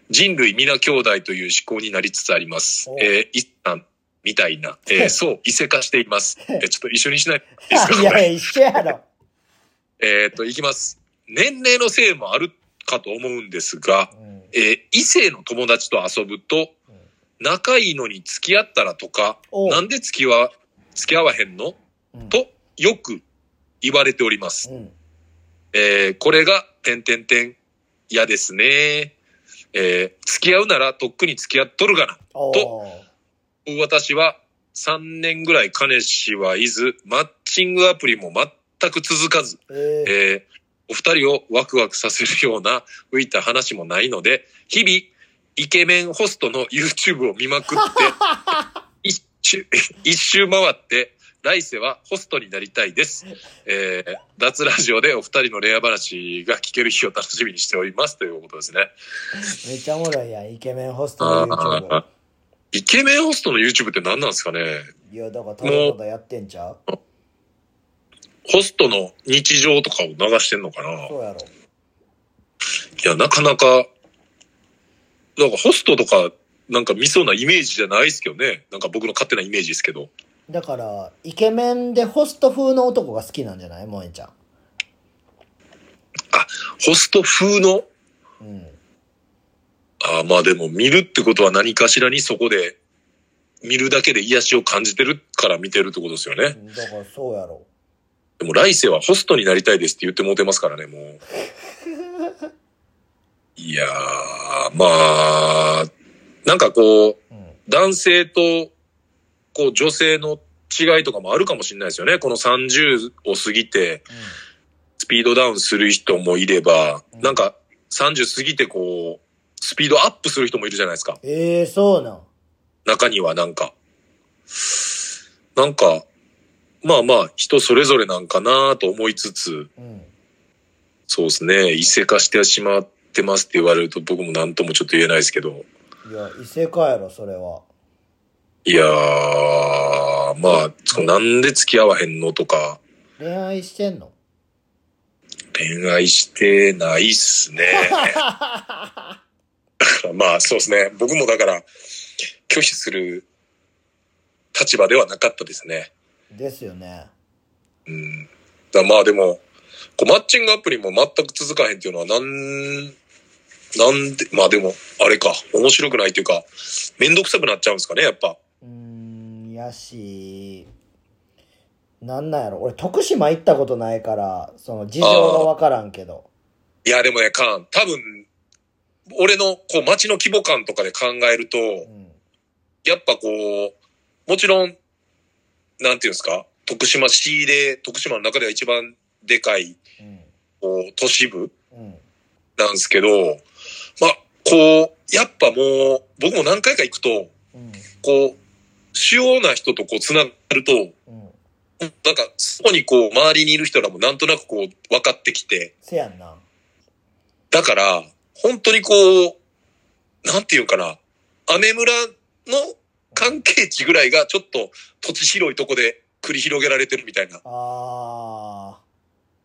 Speaker 2: 人類皆兄弟という思考になりつつあります
Speaker 1: お。
Speaker 2: えー、一旦、みたいな。えーそう、異世化しています。えーちょっと一緒にしない。いです か
Speaker 1: いや、一緒やろ。
Speaker 2: えーっと、いきます。年齢のせいもあるかと思うんですが、
Speaker 1: うん
Speaker 2: えー異性の友達と遊ぶと、仲いいのに付き合ったらとか、
Speaker 1: おう
Speaker 2: なんで付きは、付き合わへんの
Speaker 1: うん
Speaker 2: と、よく言われております。
Speaker 1: うん
Speaker 2: えーこれが、点点点、嫌ですね。えー付き合うならとっくに付き合っとるがな。
Speaker 1: おー
Speaker 2: 私は3年ぐらい彼氏はいず、マッチングアプリも全く続かず、
Speaker 1: えー
Speaker 2: えーお二人をワクワクさせるような浮いた話もないので、日々、イケメンホストの YouTube を見まくって、一周、一周回って、来世はホストになりたいです。えー脱ラジオでお二人のレア話が聞ける日を楽しみにしておりますということですね。
Speaker 1: めっちゃおもろいやんイケメンホスト
Speaker 2: あ
Speaker 1: の YouTube
Speaker 2: ーイケメンホストの YouTube って何なんですかね
Speaker 1: いやだからただただやってんちゃう
Speaker 2: ホストの日常とかを流してんのかな
Speaker 1: そうやろ
Speaker 2: いや、なかなか、なんかホストとか、なんか見そうなイメージじゃないですけどね。なんか僕の勝手なイメージですけど。
Speaker 1: だからイケメンでホスト風の男が好きなんじゃない萌えちゃ
Speaker 2: ホスト風の、
Speaker 1: んうん
Speaker 2: あーまあでも見るってことは何かしらにそこで、見るだけで癒しを感じてるから見てるってことですよね。
Speaker 1: だからそうやろ
Speaker 2: でも来世はホストになりたいですって言ってもうてますからね、もう。いやー、まあ、なんかこう、
Speaker 1: うん
Speaker 2: 男性と、こう、女性の違いとかもあるかもしれないですよね。この30を過ぎて、スピードダウンする人もいれば、
Speaker 1: うん
Speaker 2: なんか、30過ぎてこう、スピードアップする人もいるじゃないですか。
Speaker 1: ええそうなん
Speaker 2: 中にはなんか。なんか、まあまあ、人それぞれなんかなと思いつつ、
Speaker 1: うん
Speaker 2: そうですね、異性化してしまってますって言われると僕も何ともちょっと言えないですけど。
Speaker 1: いや異性化やろそれはい
Speaker 2: やー、まあ、そのなんで付き合わへんのとか、
Speaker 1: 恋愛してんの
Speaker 2: 恋愛してないっすね。まあそうですね。僕もだから、拒否する立場ではなかったですね。
Speaker 1: ですよね
Speaker 2: うん。だまあでも、こうマッチングアプリも全く続かへんっていうのはなん、なんで、まあでも、あれか、面白くないというか、めんどくさくなっちゃうんですかね、やっぱ。
Speaker 1: うーんやしなんなんやろ俺徳島行ったことないからその事情が分からんけど
Speaker 2: いやでもね、カーン、多分、俺のこう街の規模感とかで考えると、
Speaker 1: うん
Speaker 2: やっぱこう、もちろん、なんていうんですか、徳島市で、徳島の中では一番でかい、
Speaker 1: うん
Speaker 2: こう、都市部
Speaker 1: うん
Speaker 2: なんですけど、まあ、こう、やっぱもう、僕も何回か行くと、
Speaker 1: うん
Speaker 2: こう、主要な人とこう、つながると、
Speaker 1: うん
Speaker 2: なんか、そこにこう、周りにいる人らもなんとなくこう、分かってきて、
Speaker 1: せやんな
Speaker 2: だから、本当にこう、なんていうかな、アメ村の関係値ぐらいがちょっと土地広いとこで繰り広げられてるみたいな。
Speaker 1: あ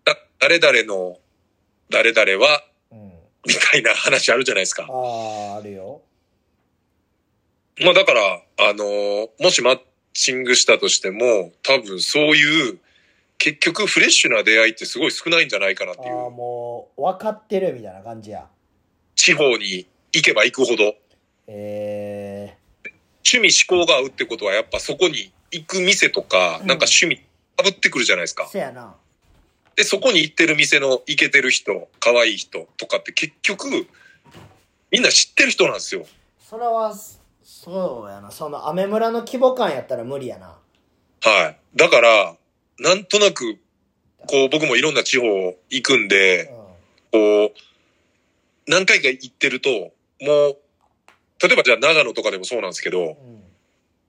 Speaker 2: だ誰々の、誰々は、
Speaker 1: ーうん
Speaker 2: みたいな話あるじゃないですか。
Speaker 1: あーあるよ
Speaker 2: まあだから、あのーもしマッチングしたとしても、多分そういう、結局フレッシュな出会いってすごい少ないんじゃないかなってい
Speaker 1: ああ
Speaker 2: う。
Speaker 1: もう分かってるみたいな感じや
Speaker 2: 地方に行けば行くほど、
Speaker 1: え
Speaker 2: 趣味嗜好が合うってことはやっぱそこに行く店とか、
Speaker 1: うん
Speaker 2: なんか趣味被ってくるじゃないです
Speaker 1: ー、
Speaker 2: か。
Speaker 1: せやな
Speaker 2: で、そこに行ってる店の行けてる人、可愛い人とかって結局、みんな知ってる人なんですよ。
Speaker 1: それはそうやなそのアメ村の規模感やったら無理やな
Speaker 2: はい。だから、なんとなく、こう僕もいろんな地方行くん
Speaker 1: う
Speaker 2: で、
Speaker 1: ん
Speaker 2: こう、何回か行ってると、もう、例えばじゃあ長野とかでもそうなんですけど、
Speaker 1: うん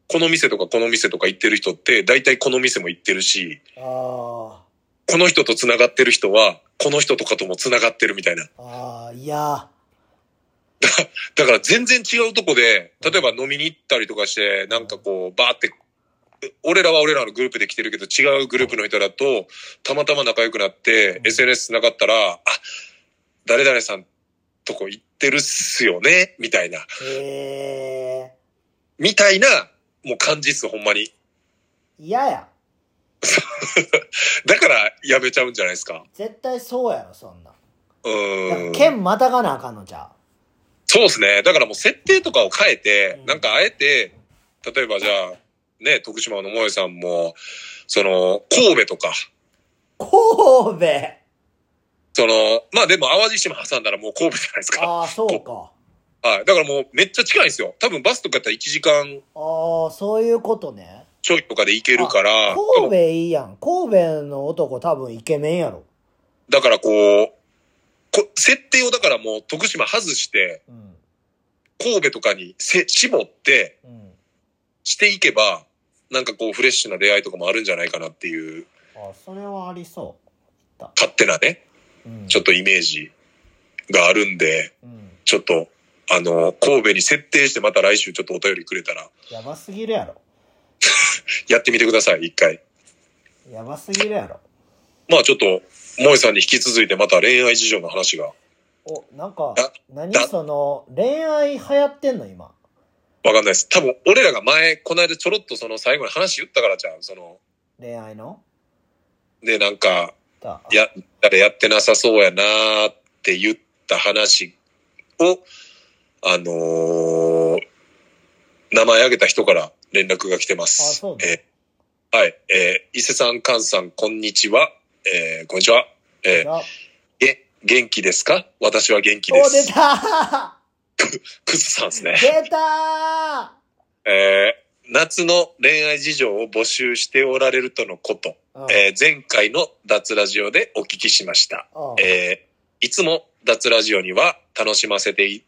Speaker 2: この店とかこの店とか行ってる人って、大体この店も行ってるし、
Speaker 1: あ
Speaker 2: この人と繋がってる人は、この人とかとも繋がってるみたいな。
Speaker 1: ーあーいや
Speaker 2: だから全然違うとこで、例えば飲みに行ったりとかして、なんかこう、バーって、俺らは俺らのグループで来てるけど、違うグループの人だと、たまたま仲良くなって
Speaker 1: う、ん
Speaker 2: SNS 繋がったら、あ、誰々さんとこ行ってるっすよね、みたいな。
Speaker 1: ええ
Speaker 2: みたいな、もう感じっす、ほんまに。
Speaker 1: ー、嫌や
Speaker 2: だから、やめちゃうんじゃないですか。
Speaker 1: 絶対そうやろそんな
Speaker 2: う
Speaker 1: だから
Speaker 2: ーん。
Speaker 1: 県またがなあかんのじゃ
Speaker 2: そうですね。だからもう設定とかを変えて
Speaker 1: うん、
Speaker 2: なんかあえて、例えばじゃあ、ね、徳島の萌えさんも、その、神戸とか、
Speaker 1: う神戸
Speaker 2: その、まあでも淡路島挟んだらもう神戸じゃないですか。
Speaker 1: ああそうか
Speaker 2: はい。だからもうめっちゃ近いんですよ。多分バスとかやったら1時間
Speaker 1: ああそういうことね
Speaker 2: ちょいとかでいけるから、
Speaker 1: 神戸いいやん。神戸の男多分イケメンやろ。
Speaker 2: だからこう、こ設定をだからもう徳島外して、
Speaker 1: うん。
Speaker 2: 神戸とかにせ絞って、
Speaker 1: うん。
Speaker 2: していけば、なんかこうフレッシュな出会いとかもあるんじゃないかなっていう、
Speaker 1: あ、それはありそ
Speaker 2: 勝手なね、
Speaker 1: う。うん。
Speaker 2: ちょっとイメージがあるんで、
Speaker 1: うん。
Speaker 2: ちょっと、あの、神戸に設定してまた来週ちょっとお便りくれたら、
Speaker 1: やばすぎるやろ。
Speaker 2: やってみてください、一回。
Speaker 1: やばすぎるやろ。
Speaker 2: まあちょっと、萌えさんに引き続いてまた恋愛事情の話が、わ
Speaker 1: お、なんか
Speaker 2: だ、
Speaker 1: 何
Speaker 2: だ
Speaker 1: その、恋愛流行ってんの今。
Speaker 2: かんないです。多分、俺らが前、この間ちょろっとその最後に話言ったからじゃん、その、
Speaker 1: 恋愛の
Speaker 2: で、なんか、
Speaker 1: だ
Speaker 2: いや、誰やってなさそうやなーって言った話を、あのー名前挙げた人から連絡が来てま
Speaker 1: あ、
Speaker 2: す。
Speaker 1: そうだ。
Speaker 2: えーはい、えー伊勢さん、菅さん、こんにちは。えーこんにちは。え
Speaker 1: じゃあ
Speaker 2: ーげ、元気ですか私は元気で
Speaker 1: お、出
Speaker 2: す。
Speaker 1: たー
Speaker 2: クズさんですね。
Speaker 1: 出た
Speaker 2: えー夏の恋愛事情を募集しておられるとのこと、
Speaker 1: ーうん
Speaker 2: えー前回の脱ラジオでお聞きしました。
Speaker 1: うん
Speaker 2: えーいつも脱ラジオには楽しませてい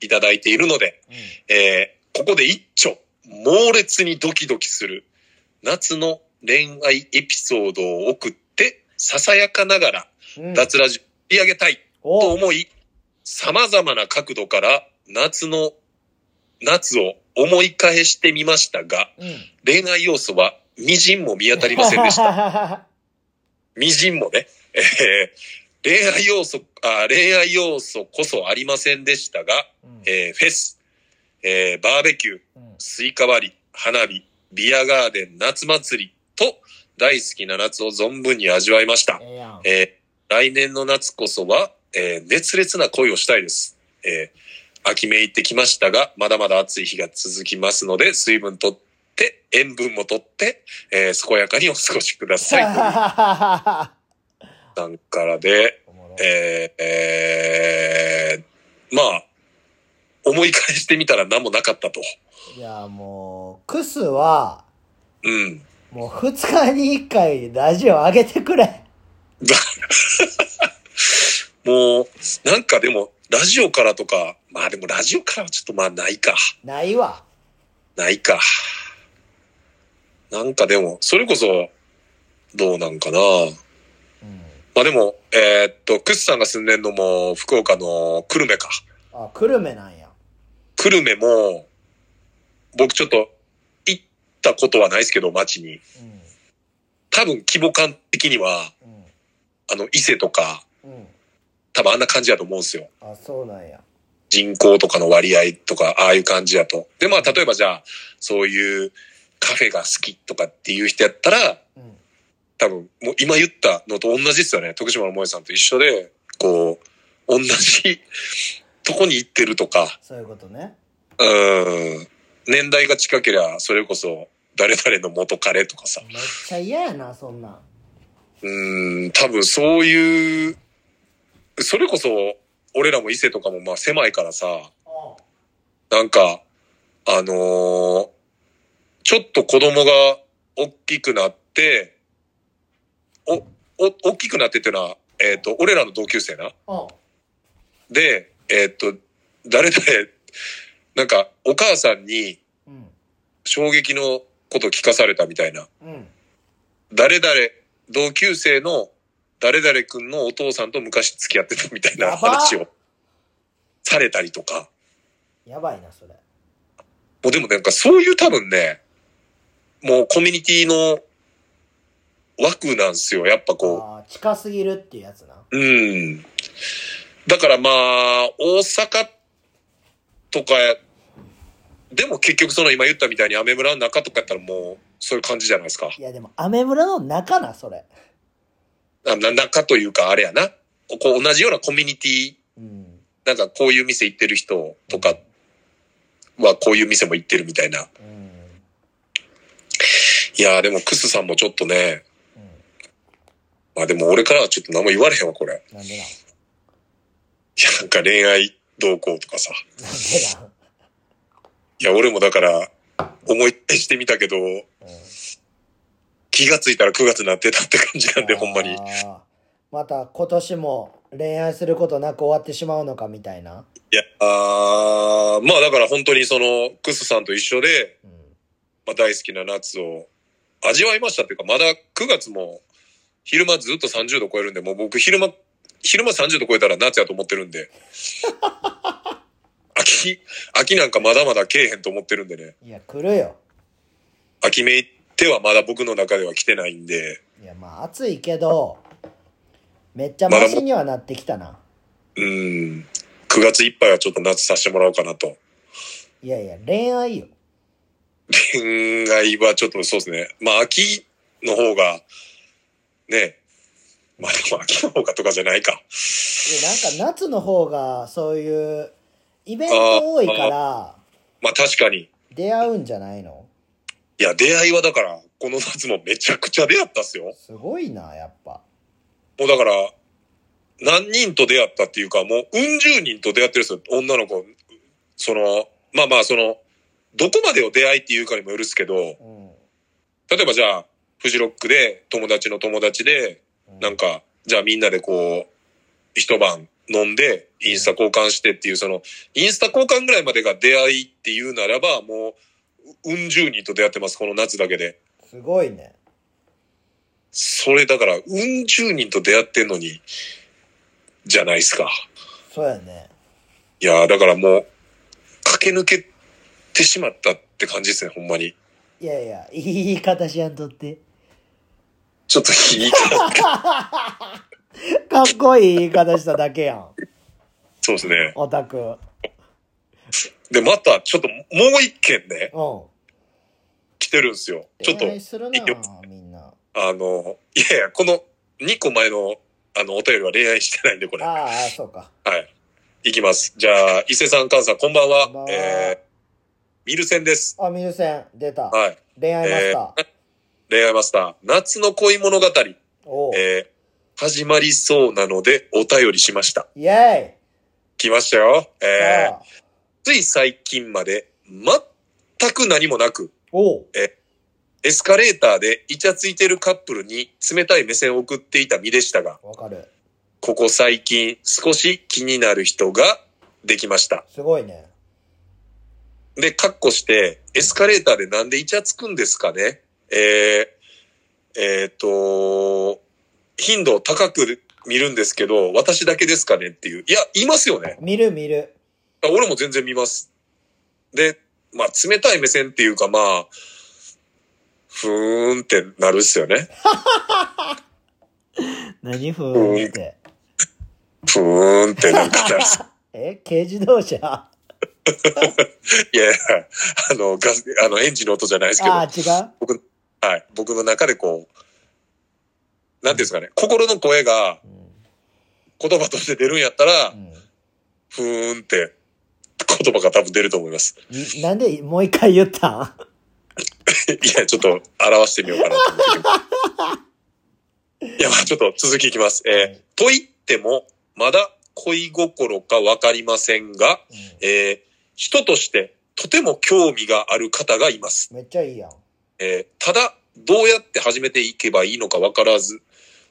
Speaker 2: いただいているので、
Speaker 1: うん
Speaker 2: えーここで一丁、猛烈にドキドキする夏の恋愛エピソードを送って、ささやかながら
Speaker 1: うん
Speaker 2: 脱ラジオを盛り上げたいと
Speaker 1: お
Speaker 2: 思い、様々な角度から夏の、夏を思い返してみましたが、
Speaker 1: うん
Speaker 2: 恋愛要素は微塵も見当たりませんでした。みじんもね、 えー恋愛要素あ、恋愛要素こそありませんでしたが、
Speaker 1: うん
Speaker 2: えーフェス、えーバーベキュー、
Speaker 1: うん
Speaker 2: スイカ割り、花火、ビアガーデン、夏祭りと大好きな夏を存分に味わいました。
Speaker 1: ええやん。
Speaker 2: えー来年の夏こそは、えー熱烈な恋をしたいです。えー秋めいてきましたが、まだまだ暑い日が続きますので、水分とって、塩分もとって、えー健やかにお過ごしくだ さい。というさんからで、
Speaker 1: おもろ
Speaker 2: えーえーまあ、思い返してみたら何もなかったと。
Speaker 1: いや、もう、クスは、
Speaker 2: うん。
Speaker 1: もう二日に一回ラジオ上げてくれ。
Speaker 2: もう、なんかでも、ラジオからとか、まあでもラジオからはちょっとまあないか。
Speaker 1: ないわ。
Speaker 2: ないか。なんかでも、それこそ、どうなんかな。
Speaker 1: うん。
Speaker 2: まあでも、えーっと、クスさんが住んでんのも、福岡の久留米か。
Speaker 1: あ、久留米なんや。
Speaker 2: 久留米も、僕ちょっと、行ったことはないですけど、街に。
Speaker 1: うん。
Speaker 2: 多分規模感的には、
Speaker 1: う
Speaker 2: あの、伊勢とか、
Speaker 1: ん。うん。
Speaker 2: 多分あんな感じだと思うんですよ。
Speaker 1: あ、そうなんや。
Speaker 2: 人口とかの割合とか、ああいう感じだと。で、まあ、例えばじゃあ、そういうカフェが好きとかっていう人やったら、
Speaker 1: うん。
Speaker 2: 多分、もう今言ったのと同じですよね。徳島の萌えさんと一緒で、こう、同じとこに行ってるとか、
Speaker 1: そういうことね。
Speaker 2: うーん、年代が近ければ、それこそ、誰々の元彼とかさ、
Speaker 1: めっちゃ嫌やな、そんなん。
Speaker 2: うーん、多分そういう、それこそ、俺らも伊勢とかもまあ狭いからさ、なんか、あのーちょっと子供が大きくなって、お、お、大きくなってっていうのは、えっ、と、俺らの同級生な。
Speaker 1: うん。
Speaker 2: で、えっ、と、誰々、なんか、お母さんに
Speaker 1: うん。
Speaker 2: 衝撃のこと聞かされたみたいな。
Speaker 1: うん。
Speaker 2: 誰々、同級生の誰々くんのお父さんと昔付き合ってたみたいな
Speaker 1: やば
Speaker 2: 話をされたりとか。
Speaker 1: やばいな、それ。
Speaker 2: もうでもなんかそういう多分ね、もうコミュニティの枠なんですよ。やっぱこ
Speaker 1: あー近すぎるっていうやつな。
Speaker 2: う。うん。だからまあ、大阪とかや、でも結局その今言ったみたいにアメ村の中とかやったらもうそういう感じじゃないですか。
Speaker 1: いや、でも、アメ村の中な、それ。
Speaker 2: あな中というかあれやな。こう同じようなコミュニティ
Speaker 1: うん。
Speaker 2: なんかこういう店行ってる人とかはこういう店も行ってるみたいな。
Speaker 1: うん。うん。
Speaker 2: いやーでもクスさんもちょっとね、まあでも俺からはちょっと何も言われへんわ、これ。い
Speaker 1: なんでなん
Speaker 2: や、なんか恋愛動向とかさ。
Speaker 1: なんでなん
Speaker 2: いや、俺もだから思い出してみたけど、
Speaker 1: うん。
Speaker 2: 気がついたら9月になってたって感じなんで、ほんまに。い
Speaker 1: あーまた今年も恋愛することなく終わってしまうのかみたいな。
Speaker 2: や、あーまあだから本当にその、クスさんと一緒で、
Speaker 1: うん。
Speaker 2: まあ、大好きな夏を味わいましたっていうか、まだ9月も昼間ずっと30度超えるんで、もう僕昼間、昼間30度超えたら夏やと思ってるんで。 秋、秋なんかまだまだけえへんと思ってるんでね。
Speaker 1: いや、来るよ。
Speaker 2: 秋めいってはまだ僕の中では来てないんで、
Speaker 1: いや、まあ暑いけど、めっちゃマシにはなってきたな。
Speaker 2: うん、9月いっぱいはちょっと夏させてもらおうかなと。
Speaker 1: いやいや、恋愛よ。
Speaker 2: 恋愛はちょっとそうですね。まあ、秋の方が、ね、まあでも秋の方がとかじゃないか。
Speaker 1: いやなんか夏の方がそういうイベント多いから
Speaker 2: まあ確かに。
Speaker 1: 出会うんじゃないの
Speaker 2: いや、出会いはだから、この夏もめちゃくちゃ出会ったっすよ。
Speaker 1: すごいな、やっぱ。
Speaker 2: もうだから、何人と出会ったっていうか、もう、うん十人と出会ってるんですよ、女の子。その、まあまあ、その、どこまでを出会いっていうかにもよるっすけど、例
Speaker 1: うん。
Speaker 2: えばじゃあ、フジロックで友達の友達で、なん
Speaker 1: か。
Speaker 2: か、じゃあみんなでこう、一晩飲んで、インスタ交換してっていう、その、インスタ交換ぐらいまでが出会いっていうならば、もう、うん十人と出会ってます、この夏だけで。
Speaker 1: すごいね。
Speaker 2: それだから、うん十人と出会ってんのに、じゃないですか。
Speaker 1: そうやね。
Speaker 2: いやーだからもう、駆け抜けてしまったって感じですね、ほんまに。
Speaker 1: いやいや、いい言い方しやんとって。
Speaker 2: ちょっといいかな
Speaker 1: かっこいい言い方しただけやん。
Speaker 2: そうですね。
Speaker 1: オタク。うん。
Speaker 2: で、また、ちょっともう一件ね、来てるんですよ。ちょっと
Speaker 1: 恋、愛する
Speaker 2: いいよ
Speaker 1: な、みんな。
Speaker 2: あの、いやいや、この2個前の、あの、お便りは恋愛してないんで、これ。
Speaker 1: あ
Speaker 2: は
Speaker 1: あ、そうか。
Speaker 2: い。いきます。じゃあ、伊勢さん、菅さん、こんば
Speaker 1: こ
Speaker 2: ん
Speaker 1: んばん
Speaker 2: は。
Speaker 1: は
Speaker 2: えー、ミルセンです。
Speaker 1: あ、ミルセン、出た。
Speaker 2: はい。
Speaker 1: 恋愛マスター。
Speaker 2: 恋愛マスター、夏の恋物語。
Speaker 1: おう。
Speaker 2: えー始まりそうなのでお便りしました。
Speaker 1: イェイ
Speaker 2: 来ましたよ。えー
Speaker 1: さあ
Speaker 2: つい最近まで全く何もなく、
Speaker 1: おう。
Speaker 2: エスカレーターでイチャついてるカップルに冷たい目線を送っていた身でしたが、
Speaker 1: わかる。
Speaker 2: ここ最近少し気になる人ができました。
Speaker 1: すごいね。
Speaker 2: で、カッコして、エスカレーターでなんでイチャつくんですかねえー、えーっと、頻度を高く見るんですけど、私だけですかねっていう。いや、いますよね。
Speaker 1: 見る見る。
Speaker 2: あ俺も全然見ます。で、まあ、冷たい目線っていうか、まあ、ふーんってなるっすよね。
Speaker 1: 何ふーんって。
Speaker 2: ふーんってなんかなるっす。
Speaker 1: え軽自動車あ
Speaker 2: いやいや、あの、ガス、あの、エンジンの音じゃないですけど、は
Speaker 1: あ、違う
Speaker 2: い。僕の中でこう、なんていうんですかね、心の声が
Speaker 1: うん
Speaker 2: 言葉として出るんやったら、
Speaker 1: うん
Speaker 2: ふーんって言葉が多分出ると思います。
Speaker 1: いなんでもう一回言ったん
Speaker 2: いや、ちょっと表してみようかなと思って。いや、まあちょっと続きいきます。えーと言っても、まだ恋心かわかりませんが、えー人としてとても興味がある方がいます。
Speaker 1: めっちゃいいやん。
Speaker 2: えーただ、どうやって始めていけばいいのかわからず、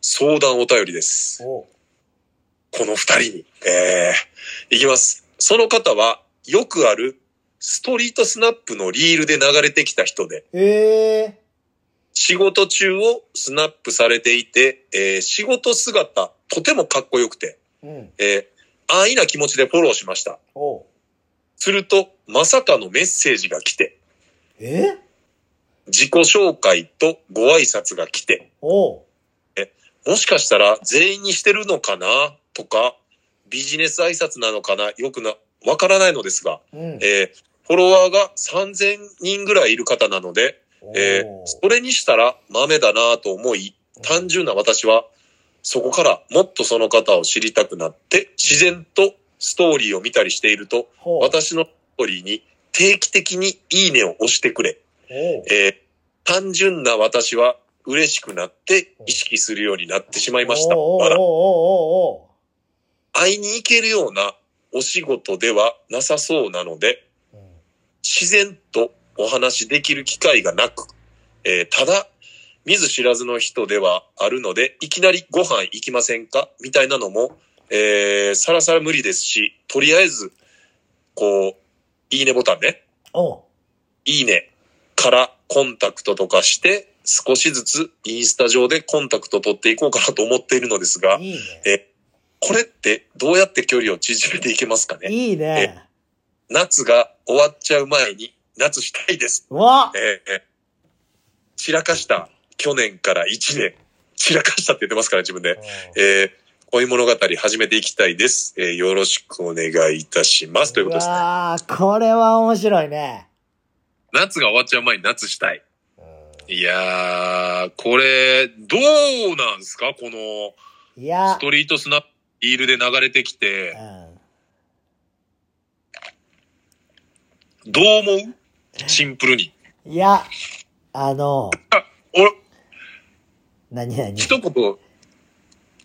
Speaker 2: 相談お便りです。
Speaker 1: おう
Speaker 2: この二人に。えー、いきます。その方は、よくある、ストリートスナップのリールで流れてきた人で、
Speaker 1: ええ
Speaker 2: 仕事中をスナップされていて、えー仕事姿、とてもかっこよくて、
Speaker 1: うん。
Speaker 2: えー安易な気持ちでフォローしました。
Speaker 1: おう
Speaker 2: すると、まさかのメッセージが来て、
Speaker 1: え
Speaker 2: 自己紹介とご挨拶が来て、
Speaker 1: おう
Speaker 2: もしかしたら全員にしてるのかなとか、ビジネス挨拶なのかなよくな、わからないのですが、
Speaker 1: うん。
Speaker 2: えーフォロワーが3000人ぐらいいる方なので、えー
Speaker 1: おう
Speaker 2: それにしたら豆だなと思い、単純な私は、そこからもっとその方を知りたくなって、自然とストーリーを見たりしていると、
Speaker 1: ほう
Speaker 2: 私のストーリーに定期的にいいねを押してくれ。
Speaker 1: おう
Speaker 2: えー単純な私は嬉しくなって意識するようになってしまいました。
Speaker 1: おうおう
Speaker 2: 笑
Speaker 1: おうおうおう
Speaker 2: 会いに行けるようなお仕事ではなさそうなので、
Speaker 1: おう
Speaker 2: 自然とお話しできる機会がなく、えーただ、見ず知らずの人ではあるので、いきなりご飯行きませんかみたいなのも、えー、さらさら無理ですし、とりあえず、こう、いいねボタンね。
Speaker 1: おう
Speaker 2: いいねからコンタクトとかして、少しずつインスタ上でコンタクト取っていこうかなと思っているのですが、
Speaker 1: いい
Speaker 2: えこれってどうやって距離を縮めていけますか
Speaker 1: ね。
Speaker 2: ね
Speaker 1: いいね。
Speaker 2: 夏が終わっちゃう前に夏したいです。
Speaker 1: うわ
Speaker 2: えーえー散らかした去年から1年。散らかしたって言ってますから自分で。えー恋物語始めていきたいです。えーよろしくお願いいたします。ということですね。
Speaker 1: わーこれは面白いね。
Speaker 2: 夏が終わっちゃう前に夏したい。
Speaker 1: うん
Speaker 2: いやー、これ、どうなんすかこの、
Speaker 1: いや
Speaker 2: ス、トリートスナップ、リールで流れてき
Speaker 1: う
Speaker 2: て、
Speaker 1: ん
Speaker 2: どう思うシンプルに。
Speaker 1: いや、あの、
Speaker 2: 俺、
Speaker 1: 何何
Speaker 2: 一言、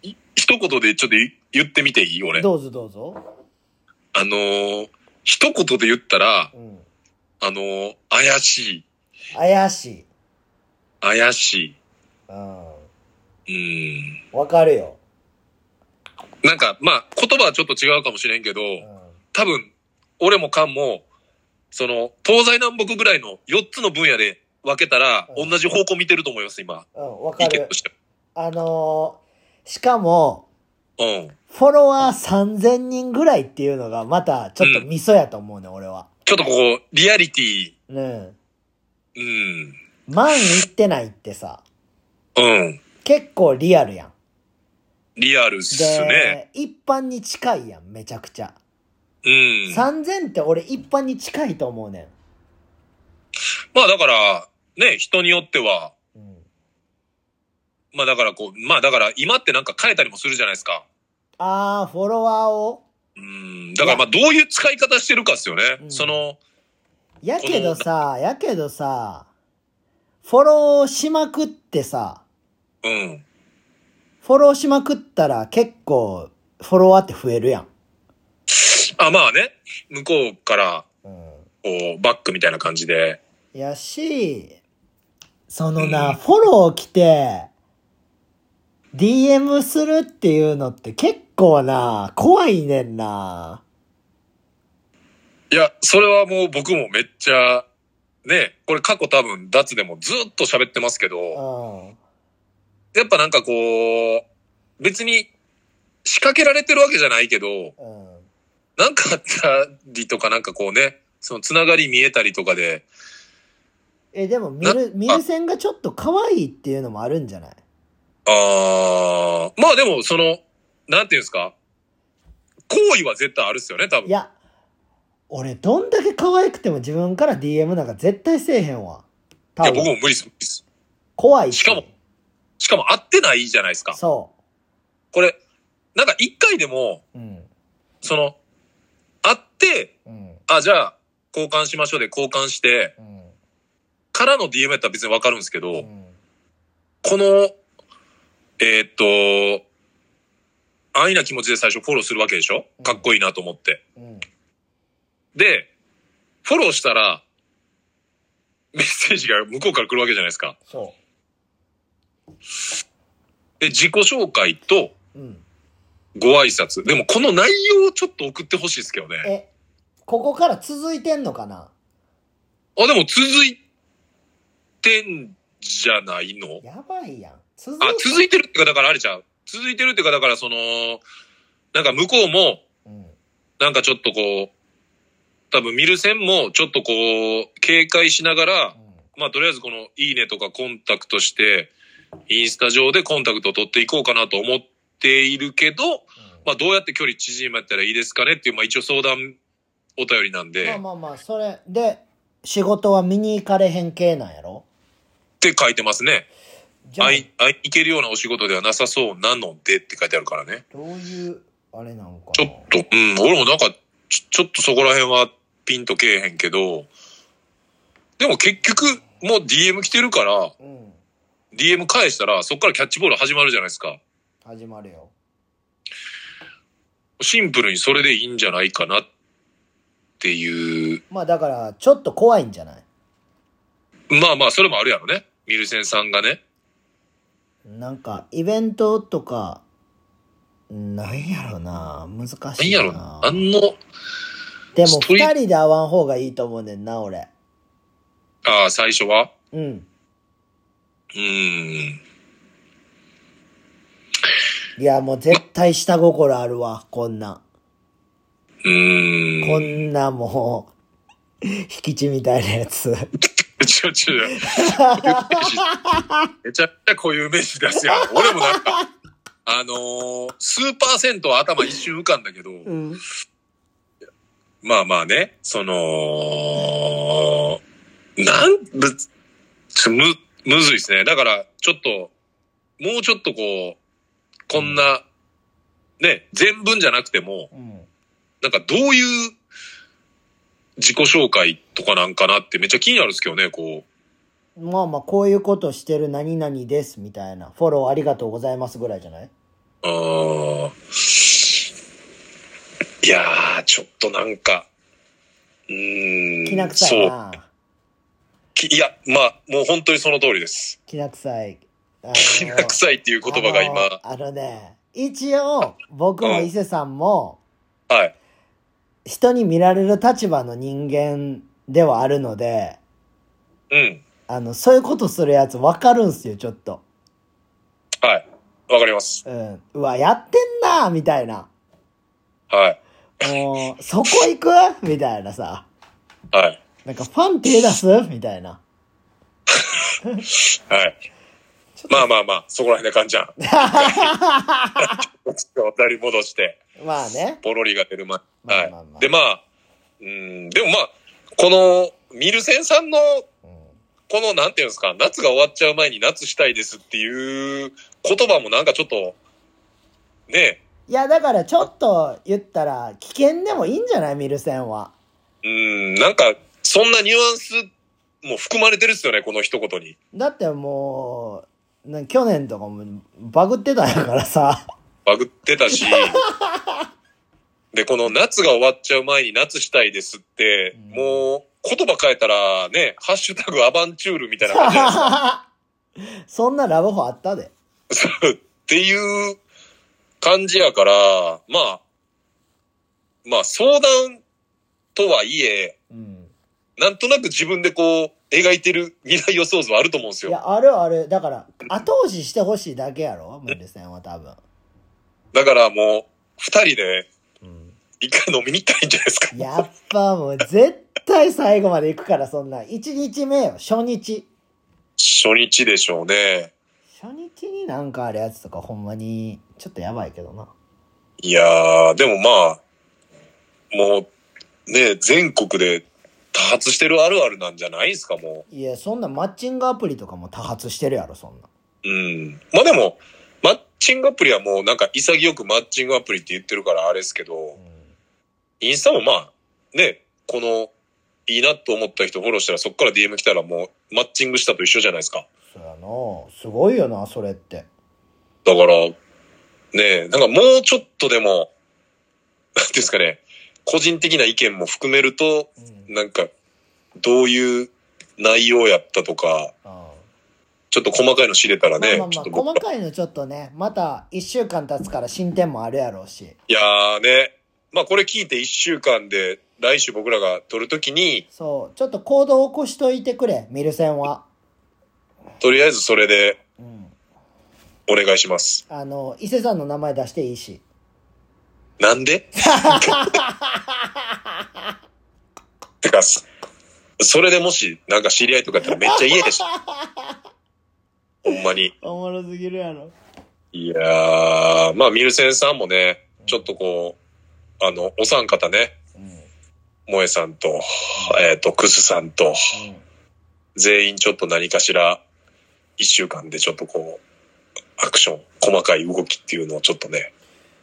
Speaker 2: い一言でちょっと言言ってみていい俺。
Speaker 1: どうぞどうぞ。
Speaker 2: あのー、一言で言ったら、
Speaker 1: うん。
Speaker 2: あのー、怪しい、
Speaker 1: 怪し
Speaker 2: 怪し
Speaker 1: い。うん。
Speaker 2: い。うん。
Speaker 1: わかるよ。
Speaker 2: なんか、まあ、言葉はちょっと違うかもしれんけど、
Speaker 1: う
Speaker 2: 多分、俺もカンも、その、東西南北ぐらいの4つの分野で分けたら、
Speaker 1: うん
Speaker 2: 同じ方向見てると思います、今。
Speaker 1: ん。うん、わ
Speaker 2: 意
Speaker 1: か
Speaker 2: 見
Speaker 1: る
Speaker 2: と。して
Speaker 1: あのーしかも、
Speaker 2: は。うん。
Speaker 1: フォロワー3000人ぐらいっていうのが、また、ちょっとミソやと思うね、俺は。
Speaker 2: ちょっとここ、リアリティ、
Speaker 1: うん。
Speaker 2: うん。
Speaker 1: 万いってないってさ、
Speaker 2: うん。
Speaker 1: 結構リアルやん。
Speaker 2: リアルっすね。
Speaker 1: で、一般に近いやん、めちゃくちゃ。
Speaker 2: うん。
Speaker 1: 3000って俺一般に近いと思うね
Speaker 2: まあだから、ね、人によっては、
Speaker 1: ん。うん。
Speaker 2: まあだからこう、まあだから今ってなんか変えたりもするじゃないですか。
Speaker 1: あー、フォロワーを
Speaker 2: うん。だからまあどういう使い方してるかっすよね。
Speaker 1: うん
Speaker 2: その、
Speaker 1: やけどさ、やけどさ、フォローしまくってさ、
Speaker 2: うん。
Speaker 1: フォローしまくったら結構フォロワーって増えるやん。
Speaker 2: あ、まあね、向こうから、
Speaker 1: うん。
Speaker 2: こう、バックみたいな感じで。
Speaker 1: やし、そのな、
Speaker 2: うん
Speaker 1: フォロー来て、DM するっていうのって結構な、怖いねんな。
Speaker 2: いや、それはもう僕もめっちゃ、ね、これ過去多分、脱でもずっと喋ってますけ
Speaker 1: う
Speaker 2: ど、
Speaker 1: ん。
Speaker 2: やっぱなんかこう、別に仕掛けられてるわけじゃないけど、
Speaker 1: うん。
Speaker 2: なんかあったりとかなんかこうね、そのつながり見えたりとかで、
Speaker 1: え、でも見る、見る線がちょっと可愛いっていうのもあるんじゃない
Speaker 2: あー、まあでもその、なんていうんですか、行為は絶対あるっすよね、多
Speaker 1: い
Speaker 2: 分。
Speaker 1: や、俺どんだけ可愛くても自分から DM なんか絶対せえへんわ。多
Speaker 2: いや、
Speaker 1: 分
Speaker 2: 僕も無理っす無理っす。
Speaker 1: 怖い
Speaker 2: しかもしかも会ってないじゃないですか。
Speaker 1: そ
Speaker 2: これ、なんか一回でも、
Speaker 1: う。うん。
Speaker 2: その、会って、
Speaker 1: うん。
Speaker 2: あ、じゃあ、交換しましょうで交換して、
Speaker 1: うん。
Speaker 2: からの DM やったら別にわかるんですけど、
Speaker 1: うん
Speaker 2: この、えーっと、安易な気持ちで最初フォローするわけでしょかっこいいなと思って。
Speaker 1: うん。
Speaker 2: で、フォローしたら、メッセージが向こうから来るわけじゃないですか。
Speaker 1: そ
Speaker 2: で、自己紹介と
Speaker 1: う。うん。
Speaker 2: ご挨拶。でもこの内容をちょっと送ってほしいですけどね。
Speaker 1: え、ここから続いてんのかな
Speaker 2: あ、でも続いてんじゃないの
Speaker 1: やばいやん。続い
Speaker 2: あ、続いてるってか、だからあれちゃう。続いてるってか、だからその、なんか向こうも、
Speaker 1: うん。
Speaker 2: なんかちょっとこう、多分見る線もちょっとこう、警戒しながら、まあとりあえずこのいいねとかコンタクトして、インスタ上でコンタクトを取っていこうかなと思っているけど、まあどうやって距離縮めたらいいですかねっていう、まあ一応相談お便りなん
Speaker 1: まあ
Speaker 2: で、
Speaker 1: まあまあ、それで、仕事は見に行かれへん系なんやろ
Speaker 2: って書いてますね。
Speaker 1: じゃあ、
Speaker 2: あい、あい、いけるようなお仕事ではなさそうなのでって書いてあるからね。
Speaker 1: どういう、あれなんか
Speaker 2: ちょ
Speaker 1: な
Speaker 2: っと、うん、俺もなんか、ちょ、ちょっとそこら辺はピンとけえへんけど、でも結局、もう DM 来てるから、
Speaker 1: うん。
Speaker 2: DM 返したら、そこからキャッチボール始まるじゃないですか。
Speaker 1: 始まるよ。
Speaker 2: シンプルにそれでいいんじゃないかなっていう。
Speaker 1: まあだから、ちょっと怖いんじゃない
Speaker 2: まあまあ、それもあるやろね。ミルセンさんがね。
Speaker 1: なんか、イベントとか、なんやろな。難し
Speaker 2: 何
Speaker 1: い
Speaker 2: やろ、
Speaker 1: な。
Speaker 2: あの、
Speaker 1: でも、
Speaker 2: ストリ
Speaker 1: 二人で会わん方がいいと思うねんな、俺。
Speaker 2: ああ、最初は
Speaker 1: うん。
Speaker 2: うーん。
Speaker 1: いや、もう絶対下心あるわ、こんな。
Speaker 2: うーん。
Speaker 1: こんなもう、引き地みたいなやつ。
Speaker 2: ちょちょ、めちゃくちゃ固有名詞出すやん。俺もなんか、あのー、スーパーセントは頭一瞬浮かんだけど、
Speaker 1: うん。
Speaker 2: まあまあね、その、なん、ぶちょむ、むずいですね。だから、ちょっと、もうちょっとこう、こんな、ね、全文じゃなくても、
Speaker 1: うん。
Speaker 2: なんかどういう自己紹介とかなんかなってめっちゃ気になるんですけどね、こう。
Speaker 1: まあまあ、こういうことしてる何々です、みたいな。フォローありがとうございますぐらいじゃない
Speaker 2: あーいやー、ちょっとなんか、う
Speaker 1: き
Speaker 2: ー、
Speaker 1: なん臭い
Speaker 2: そう
Speaker 1: な。
Speaker 2: き。いや、まあ、もう本当にその通りです。
Speaker 1: きな臭い。あの
Speaker 2: きな臭いっていう言葉が今、
Speaker 1: あのあのね、一応、僕も伊勢さんも、
Speaker 2: はい。
Speaker 1: 人に見られる立場の人間ではあるので、
Speaker 2: うん。
Speaker 1: あの、そういうことするやつわかるんすよ、ちょっと。
Speaker 2: はい。わかります。
Speaker 1: うん。うわ、やってんなみたいな。
Speaker 2: はい。
Speaker 1: もう、そこ行くみたいなさ。
Speaker 2: はい。
Speaker 1: なんか、ファン手出すみたいな。
Speaker 2: はい。まあまあまあ、そこら辺でカ ンちゃん。渡り戻して。
Speaker 1: まあね。
Speaker 2: ポロリが出る前。
Speaker 1: まあ
Speaker 2: はい
Speaker 1: まあまあ
Speaker 2: で、まあ、うん、でもまあ、この、ミルセンさんの、
Speaker 1: うん
Speaker 2: この、なんていうんですか、夏が終わっちゃう前に夏したいですっていう言葉もなんかちょっと、ね
Speaker 1: いや、だから、ちょっと言ったら、危険でもいいんじゃないミルセンは。
Speaker 2: うん、なんか、そんなニュアンスも含まれてるっすよね、この一言に。
Speaker 1: だってもう、な去年とかもバグってたんやからさ。
Speaker 2: バグってたし、で、この夏が終わっちゃう前に夏したいですって、
Speaker 1: うん
Speaker 2: もう、言葉変えたらね、ハッシュタグアバンチュールみたいな感じじ ゃないですか
Speaker 1: そんなラブホあったで。
Speaker 2: そうっていう感じやから、まあ、まあ相談とはいえ、
Speaker 1: うん。
Speaker 2: なんとなく自分でこう、描いてる未来予想図はあると思うんです
Speaker 1: い
Speaker 2: よ。
Speaker 1: や、あるある。だから、後押ししてほしいだけやろミルセンは多分。
Speaker 2: だからもう、二人で
Speaker 1: うん。
Speaker 2: 一回飲みに行ったらいいんじゃないですか。
Speaker 1: やっぱもう絶対最後まで行くから、そんな。1日目よ、初日。
Speaker 2: 初日でしょうね。
Speaker 1: 初日になんかあるやつとかほんまに、ちょっとやばいけどな。
Speaker 2: いやー、でもまあ、もう、ね、全国で多発してるあるあるなんじゃないですか、もう。
Speaker 1: いや、そんなマッチングアプリとかも多発してるやろ、そんな。
Speaker 2: うん。まあでも、マッチングアプリはもうなんか潔くマッチングアプリって言ってるからあれですけど、インスタもまあ、ね、この、いいなと思った人フォローしたらそっから DM 来たらもうマッチングしたと一緒じゃないですか。
Speaker 1: そうやな。すごいよな、それって。
Speaker 2: だから、ねえ、なんかもうちょっとでも、なんていうんですかね、個人的な意見も含めると、
Speaker 1: うん。
Speaker 2: なんか、どういう内容やったとか、
Speaker 1: あ
Speaker 2: ちょっと細かいの知れたらね、
Speaker 1: まあ
Speaker 2: ち
Speaker 1: まあ
Speaker 2: ょっと
Speaker 1: まあ、
Speaker 2: 僕
Speaker 1: 細かいのちょっとね、また1週間経つから進展もあるやろうし。
Speaker 2: いやーね、まあこれ聞いて1週間で、来週僕らが撮るときに、
Speaker 1: そう、ちょっと行動を起こしといてくれ、ミルセンは。
Speaker 2: とりあえずそれで
Speaker 1: うん。
Speaker 2: お願いします。
Speaker 1: あの、伊勢さんの名前出していいし。
Speaker 2: なんでてか、そそれでもし、なんか知り合いとかやったらめっちゃ嫌やし。ほんまに。
Speaker 1: おもろすぎるやろ。
Speaker 2: いやー、まあミルセンさんもね、ちょっとこう、あの、お三方ね、
Speaker 1: うん。うん。
Speaker 2: 萌えさんと、えっ、と、クスさんと、全員ちょっと何かしら一週間でちょっとこうアクション細かい動きっていうのをちょっとね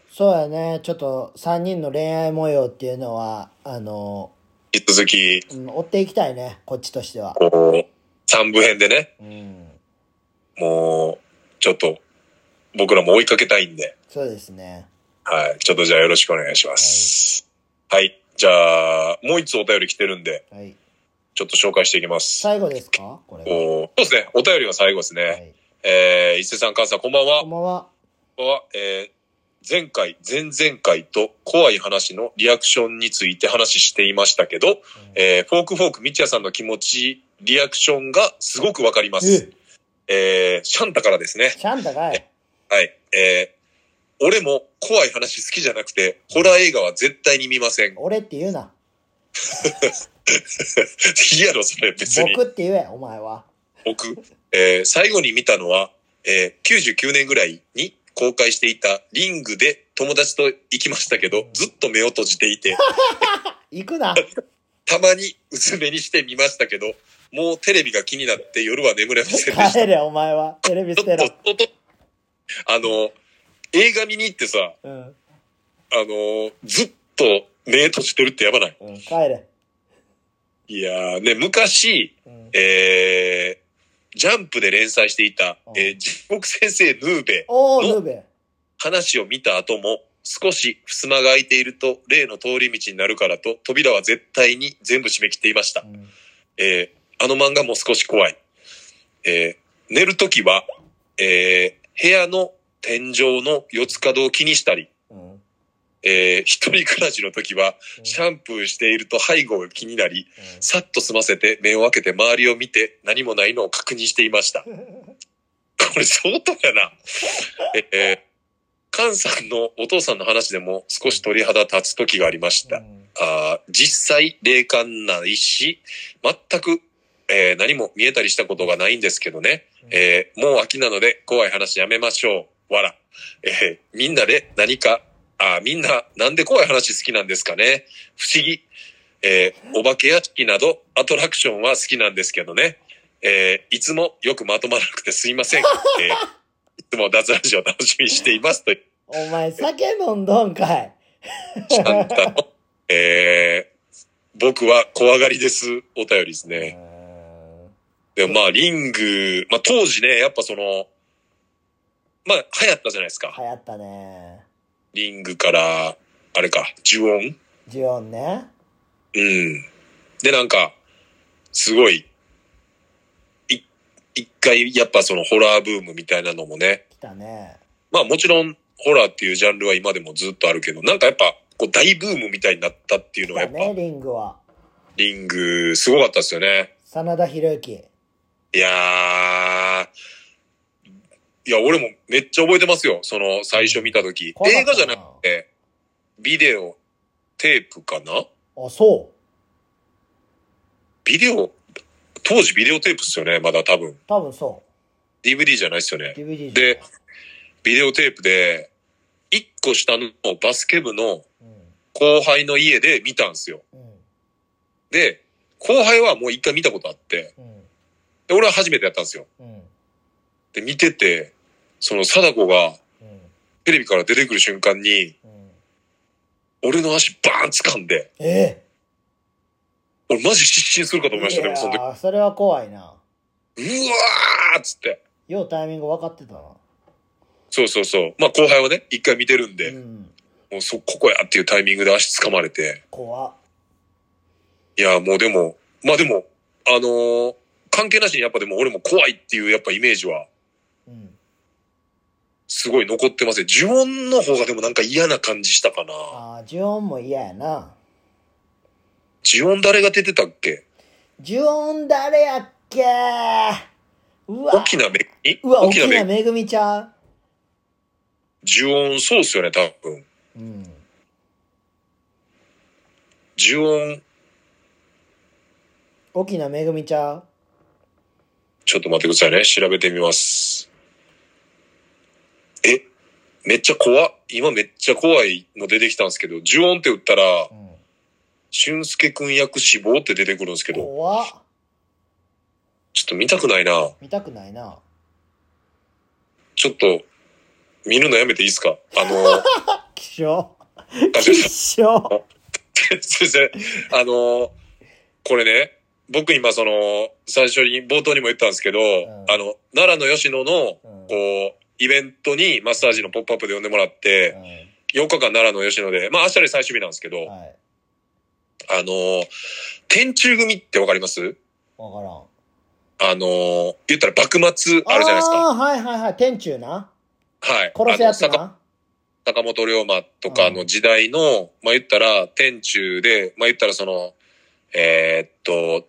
Speaker 1: そうやね、ちょっと3人の恋愛模様っていうのは、あの、
Speaker 2: 引き続き
Speaker 1: うん追っていきたいね、こっちとしては。
Speaker 2: こう三部編でね
Speaker 1: うん。
Speaker 2: もうちょっと僕らも追いかけたいんで
Speaker 1: そうですね。
Speaker 2: はいちょっとじゃあよろしくお願いしますはい、じゃあもう一つお便り来てるんで
Speaker 1: はい。
Speaker 2: ちょっと紹介していきます
Speaker 1: 最後ですかこれが。
Speaker 2: こうそうですねお便りは最後ですね、
Speaker 1: はい。
Speaker 2: えー、伊勢さん、母さん、こんばんは。
Speaker 1: こんばんは。
Speaker 2: こんばんは。えー、前回、前々回と怖い話のリアクションについて話していましたけど、えー、フォークフォーク、みちやさんの気持ち、リアクションがすごくわかります。えー、シャンタからですね。
Speaker 1: ちゃんだかい。
Speaker 2: はい。えー、俺も怖い話好きじゃなくて、ホラー映画は絶対に見ません。
Speaker 1: 俺って言うな。
Speaker 2: いいやろ、それ別に。
Speaker 1: 僕って言え、お前は。
Speaker 2: 僕、えー最後に見たのは、えー99年ぐらいに公開していたリングで友達と行きましたけど、ずっと目を閉じていて、
Speaker 1: 行くな。
Speaker 2: たまに薄めにしてみましたけど、もうテレビが気になって夜は眠れませんで した。
Speaker 1: 帰れ、お前は。テレビ捨て
Speaker 2: ち
Speaker 1: ろ
Speaker 2: ょっ。と、ちょっとあの、映画見に行ってさ、
Speaker 1: うん。
Speaker 2: あの、ずっと目閉じてるってやばない
Speaker 1: うん、帰れ。
Speaker 2: いやー、ね、昔、
Speaker 1: うん、
Speaker 2: えー、ジャンプで連載していた
Speaker 1: う、ん
Speaker 2: えー、地獄先生ヌーベ
Speaker 1: おー、
Speaker 2: の
Speaker 1: ルーベ。
Speaker 2: 話を見た後も、少し襖が開いていると、例の通り道になるからと、扉は絶対に全部閉め切っていました
Speaker 1: う。ん
Speaker 2: えーあの漫画も少し怖い。えー寝るときは、えー部屋の天井の四つ角を気にしたり、
Speaker 1: うん。
Speaker 2: えー一人暮らしの時は、シャンプーしていると背後が気になり、さっと済ませて目を開けて周りを見て何もないのを確認していました。こ れ相当やな。ええー、菅さんのお父さんの話でも少し鳥肌立つ時がありました。
Speaker 1: うん
Speaker 2: あー実際霊感ないし、全く、えー何も見えたりしたことがないんですけどね。えーもう秋なので怖い話やめましょう。わら。えーみんなで何か、あーみんななんで怖い話好きなんですかね。不思議。えーお化け屋敷などアトラクションは好きなんですけどね。えーいつもよくまとまらなくてすいません。えーいつも脱ラジオ楽しみにしていますという
Speaker 1: お前、酒飲んどんかい。
Speaker 2: シャンタの、えー僕は怖がりです。お便りですね。でもまあ、リング、まあ当時ね、やっぱその、まあ流行ったじゃないです
Speaker 1: 流
Speaker 2: か。
Speaker 1: 行ったね。
Speaker 2: リングから、あれか、呪音
Speaker 1: ジオンね。
Speaker 2: うん。で、なんか、すごい、い一回、やっぱそのホラーブームみたいなのもね、
Speaker 1: 来たね。
Speaker 2: まあもちろん、ホラーっていうジャンルは今でもずっとあるけど、なんかやっぱ、こう大ブームみたいになったっていう
Speaker 1: 来
Speaker 2: のは
Speaker 1: た
Speaker 2: や
Speaker 1: ね、
Speaker 2: っぱ、
Speaker 1: リングは。
Speaker 2: リング、すごかったですよね。
Speaker 1: 真田広之。
Speaker 2: いやー、いや、俺もめっちゃ覚えてますよ。その、最初見たとき。
Speaker 1: 怖か
Speaker 2: 映
Speaker 1: った
Speaker 2: 画
Speaker 1: な
Speaker 2: じゃなくて、ビデオ、テープかな
Speaker 1: あ、そう。
Speaker 2: ビデオ、当時ビデオテープっすよね、まだ多分。
Speaker 1: 多分そ
Speaker 2: DVD じゃないっすよ
Speaker 1: う。
Speaker 2: ね。
Speaker 1: DVD じゃ
Speaker 2: で、ビデオテープで、1個下のバスケ部の
Speaker 1: ない
Speaker 2: 後輩の家で見たんすよ。
Speaker 1: うん。うん。
Speaker 2: で、後輩はもう一回見たことあって、
Speaker 1: うん。
Speaker 2: で俺は初めてやったんですよ。
Speaker 1: うん。
Speaker 2: で、見てて、その、貞子が
Speaker 1: うん。
Speaker 2: テレビから出てくる瞬間に、
Speaker 1: うん。
Speaker 2: 俺の足バーン掴んで、
Speaker 1: え
Speaker 2: 俺マジ失神するかと
Speaker 1: え
Speaker 2: 思いましたね、でもその時。うわ
Speaker 1: ーそれは怖いな。
Speaker 2: ーっつって。
Speaker 1: ようタイミング分かってたな。
Speaker 2: そうそうそう。まあ後輩はね、一回見てるんで、
Speaker 1: うん。
Speaker 2: もうそ、ここやっていうタイミングで足掴まれて。
Speaker 1: 怖っ
Speaker 2: いや、もうでも、まあでも、あのー関係なしにやっぱでも俺も怖いっていうやっぱイメージは、
Speaker 1: うん。
Speaker 2: すごい残ってますね。呪音の方がでもなんか嫌な感じしたかな。
Speaker 1: ああ、ジオンも嫌やな。
Speaker 2: 呪音誰が出てたっけ
Speaker 1: ジオン誰やっけうわ。
Speaker 2: 沖縄めぐみ
Speaker 1: うわ、沖
Speaker 2: 沖縄
Speaker 1: 縄
Speaker 2: め
Speaker 1: めぐみちゃん。
Speaker 2: 呪音、そうっすよね、多分。
Speaker 1: うん。
Speaker 2: 呪音、
Speaker 1: 沖縄めぐみちゃん。
Speaker 2: ちょっと待ってくださいね。調べてみます。え、めっちゃ怖っ今めっちゃ怖いの出てきたんですけど、呪音って打ったら
Speaker 1: う、ん。
Speaker 2: 俊介くん役死亡って出てくるんですけど、
Speaker 1: 怖っ
Speaker 2: ちょっと見たくないな。
Speaker 1: 見たくないな。
Speaker 2: ちょっと、見るのやめていいですかあの、
Speaker 1: 気象。
Speaker 2: あすいません
Speaker 1: 気象。
Speaker 2: すいません。あの、これね、僕今その、最初に冒頭にも言ったんですけど、
Speaker 1: ん
Speaker 2: あの、奈良の吉野の、
Speaker 1: うん。
Speaker 2: こう、イベントにマッサージのポップアップで呼んでもらって、
Speaker 1: う
Speaker 2: 4日間奈良の吉野で、まあ明日で最終日なんですけど、
Speaker 1: んはい。
Speaker 2: あのー、天中組ってわかります
Speaker 1: わからん。
Speaker 2: あのー言ったら幕末あるじゃないですか。
Speaker 1: ああ、はいはいはい。天中な。
Speaker 2: はい。
Speaker 1: 殺せやつ
Speaker 2: あの坂
Speaker 1: な。
Speaker 2: 坂本龍馬とかの時代の、まあ言ったら天中で、まあ言ったらその、えーっと、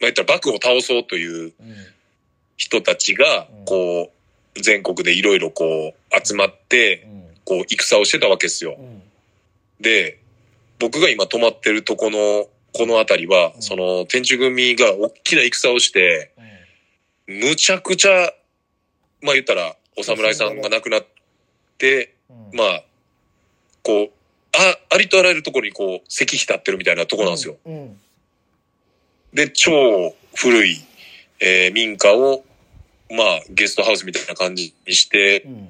Speaker 2: まあ言ったら幕府を倒そうという
Speaker 1: うん。
Speaker 2: 人たちが
Speaker 1: うん、
Speaker 2: こう、全国でいろいろこう集まって、こう戦をしてたわけですよ
Speaker 1: うん。。うん。
Speaker 2: で、僕が今泊まってるとこの、この辺りは
Speaker 1: う、ん
Speaker 2: その天中組が大きな戦をして、
Speaker 1: うん
Speaker 2: むちゃくちゃ、まあ言ったら、お侍さんが亡くなって、
Speaker 1: うん
Speaker 2: まあ、こう、あ、ありとあらゆるところにこう、石碑立ってるみたいなとこなんですよ。。
Speaker 1: うん。
Speaker 2: で、超古い、えー民家を、まあ、ゲストハウスみたいな感じにして
Speaker 1: う、ん。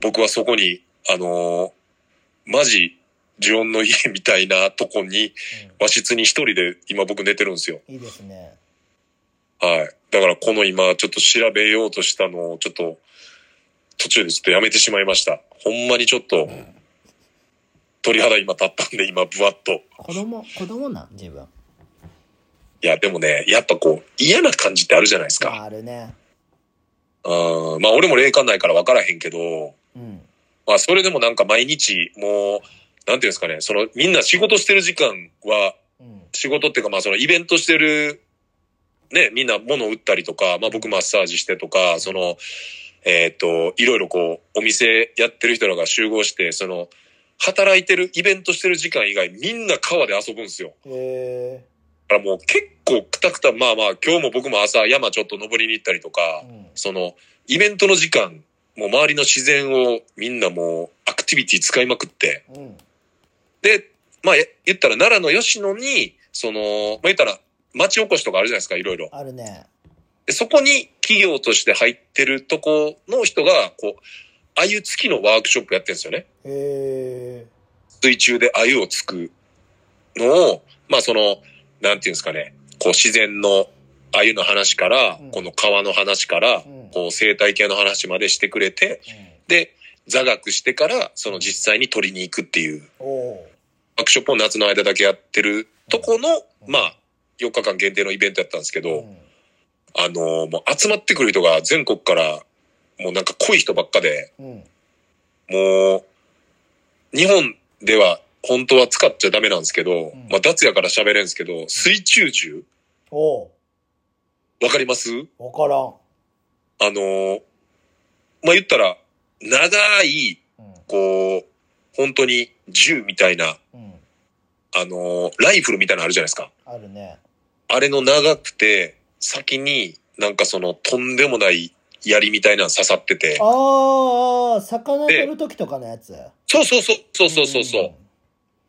Speaker 2: 僕はそこに、あのーマジ、ジオンの家 みたいなとこに、和室に一人で今僕寝てるんですよ。
Speaker 1: いいですね。
Speaker 2: はい。だからこの今、ちょっと調べようとしたのを、ちょっと、途中でちょっとやめてしまいました。ほんまにちょっと、鳥肌今立ったんで、今、ぶわっと。
Speaker 1: 子供、子供なん自分。
Speaker 2: いや、でもね、やっぱこう、嫌な感じってあるじゃないですか。
Speaker 1: あるね。
Speaker 2: うん。まあ、俺も霊感ないから分からへんけど、
Speaker 1: うん。
Speaker 2: まあ、それでもなんか毎日、もう、なんていうんですかね、その、みんな仕事してる時間は、
Speaker 1: うん。
Speaker 2: 仕事っていうか、まあ、そのイベントしてる、ね、みんな物を売ったりとか、まあ、僕マッサージしてとか、その、えーっ、と、いろいろこう、お店やってる人らが集合して、その、働いてる、イベントしてる時間以外、みんな川で遊ぶんですよ。
Speaker 1: え
Speaker 2: だからもう結構くたくた、まあまあ、今日も僕も朝山ちょっと登りに行ったりとか
Speaker 1: ー。、うん。
Speaker 2: その、イベントの時間、もう周りの自然をみんなもうアクティビティ使いまくって、
Speaker 1: うん。
Speaker 2: で、まあ、え言ったら奈良の吉野に、その、まあ言ったら町おこしとかあるじゃないですか、いろいろ。
Speaker 1: あるね。
Speaker 2: でそこに企業として入ってるとこの人が、こう、鮎つきのワークショップやってるんですよね。
Speaker 1: え
Speaker 2: 水中で鮎をつくのを、まあその、なんていうんですかね、こう自然の鮎の話から、
Speaker 1: うん
Speaker 2: この川の話から
Speaker 1: ー。う、ん。
Speaker 2: こう生態系の話までしてくれて、で、座学してから、その実際に取りに行くっていう、
Speaker 1: おおー。
Speaker 2: ワークショップを夏の間だけやってるとこの、
Speaker 1: うん
Speaker 2: まあ、4日間限定のイベントやったんですけど、
Speaker 1: うん
Speaker 2: あのーもう集まってくる人が全国から、もうなんか濃い人ばっかで、
Speaker 1: うん。
Speaker 2: もう、日本では本当は使っちゃダメなんですけど、
Speaker 1: うん
Speaker 2: まあ、脱やから喋れるんですけど、水中銃
Speaker 1: お
Speaker 2: わかります
Speaker 1: お。わからん。
Speaker 2: あのーまあ、言ったら、長い、
Speaker 1: うん。
Speaker 2: こう、本当に銃みたいな、
Speaker 1: うん。
Speaker 2: あのーライフルみたいなのあるじゃないですか。
Speaker 1: あるね。
Speaker 2: あれの長くて、先になんかそのとんでもない槍みたいなの刺さってて。
Speaker 1: ああ、魚取る時とかのやつ。
Speaker 2: そうそうそう、そうそうそうそ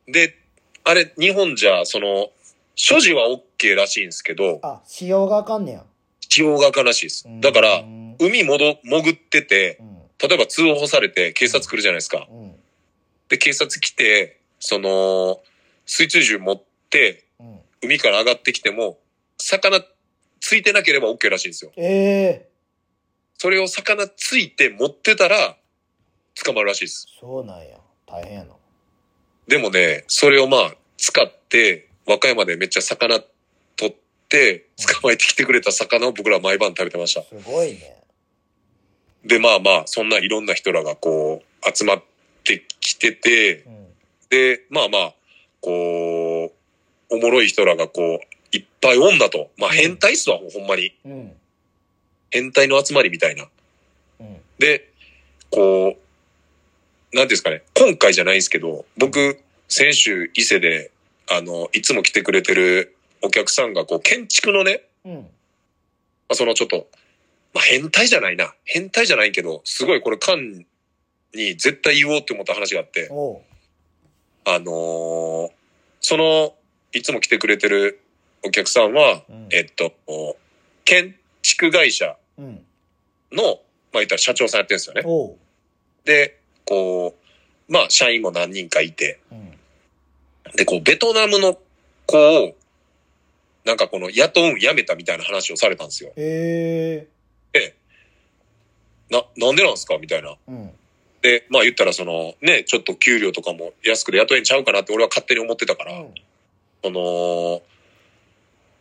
Speaker 2: う、で、あれ、日本じゃ、その、所持は OK らしいんですけど、
Speaker 1: あ、使用があかんねや。
Speaker 2: 使用があかんらしいです。だか
Speaker 1: う
Speaker 2: ら、
Speaker 1: ん。
Speaker 2: 海戻、潜ってて
Speaker 1: う、ん。
Speaker 2: 例えば通報されて警察来るじゃないですか。
Speaker 1: うん。
Speaker 2: で、警察来て、その、水中銃持って、
Speaker 1: うん。
Speaker 2: 海から上がってきても、魚ついてなければ OK らしいんですよ。
Speaker 1: ええ
Speaker 2: それを魚ついて持ってたら、捕まるらしいです。
Speaker 1: そうなんや。大変やな。
Speaker 2: でもね、それをまあ、使って、和歌山でめっちゃ魚取って、捕まえてきてくれた魚を僕ら毎晩食べてました。
Speaker 1: すごいね。
Speaker 2: で、まあまあ、そんないろんな人らがこう、集まってきてて
Speaker 1: う、ん。
Speaker 2: で、まあまあ、こう、おもろい人らがこう、いっぱいおんだと。まあ変態っすわ、ほんまに。
Speaker 1: うん。
Speaker 2: 変態の集まりみたいな。
Speaker 1: うん。
Speaker 2: で、こう、なんていうんですかね、今回じゃないんですけど、僕、先週、伊勢で、あの、いつも来てくれてるお客さんが、こう、建築のね、
Speaker 1: うん。
Speaker 2: まあ、そのちょっと、まあ、変態じゃないな。変態じゃないけど、すごいこれ、カンに絶対言おうって思った話があって、
Speaker 1: おう。
Speaker 2: あのーその、いつも来てくれてるお客さんは、
Speaker 1: うん。
Speaker 2: えっと、建築会社
Speaker 1: うん。
Speaker 2: の、まあ、言ったら社長さんやってるんですよね。
Speaker 1: おう。
Speaker 2: で、こう、まあ、社員も何人かいて、
Speaker 1: うん。
Speaker 2: で、こう、ベトナムの子を、なんかこの、雇うんやめたみたいな話をされたんですよ。
Speaker 1: ええ
Speaker 2: な、なんでなんですかみたいな。
Speaker 1: うん。
Speaker 2: で、まあ言ったらその、ね、ちょっと給料とかも安くで雇えんちゃうかなって俺は勝手に思ってたから、
Speaker 1: うん。
Speaker 2: その、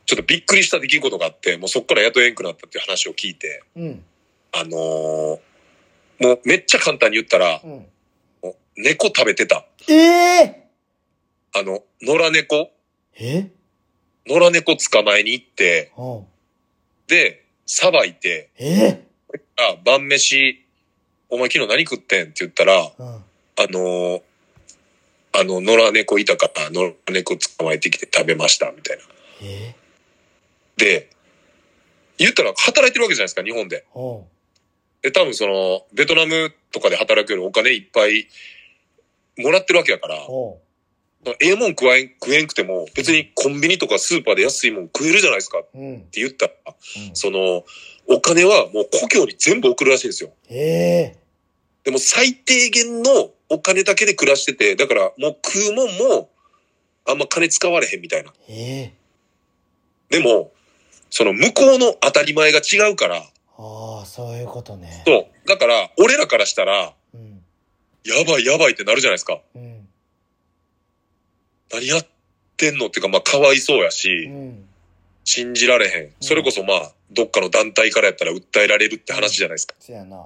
Speaker 2: ちょっとびっくりした出来事があって、もうそっから雇えんくなったっていう話を聞いて、
Speaker 1: うん。
Speaker 2: あのーもうめっちゃ簡単に言ったら
Speaker 1: う、ん。
Speaker 2: もう猫食べてた。
Speaker 1: ええ
Speaker 2: あの、野良猫、
Speaker 1: え
Speaker 2: 野良猫捕まえに行って、
Speaker 1: うん。
Speaker 2: で、さばいて、
Speaker 1: え
Speaker 2: あ、晩飯、お前昨日何食ってんって言ったら、あ
Speaker 1: うん。
Speaker 2: のーあの、野良猫いたから、野良猫捕まえてきて食べました、みたいな。
Speaker 1: え
Speaker 2: で、言ったら働いてるわけじゃないですか、日本で。
Speaker 1: うん。
Speaker 2: で、多分その、ベトナムとかで働くよりお金いっぱいもらってるわけやから、
Speaker 1: うん。
Speaker 2: ええもん食わえん、食えんくても、別にコンビニとかスーパーで安いもん食えるじゃないですかっ
Speaker 1: うん。
Speaker 2: て言ったら、その、お金はもう故郷に全部送るらしいんですよ。
Speaker 1: ええ
Speaker 2: でも最低限のお金だけで暮らしてて、だからもう食うもんも、あんま金使われへんみたいな。
Speaker 1: ええ
Speaker 2: でも、その向こうの当たり前が違うから、
Speaker 1: ああ、そういうことね。
Speaker 2: そう。だから、俺らからしたら、
Speaker 1: うん。
Speaker 2: やばいやばいってなるじゃないですか。
Speaker 1: うん。
Speaker 2: 何やってんのっていうか、まあ、かわいそうや
Speaker 1: う
Speaker 2: し、
Speaker 1: ん。
Speaker 2: 信じられへん。それこそまあ、どっかの団体からやったら訴えられるって話じゃないですか。
Speaker 1: そやな。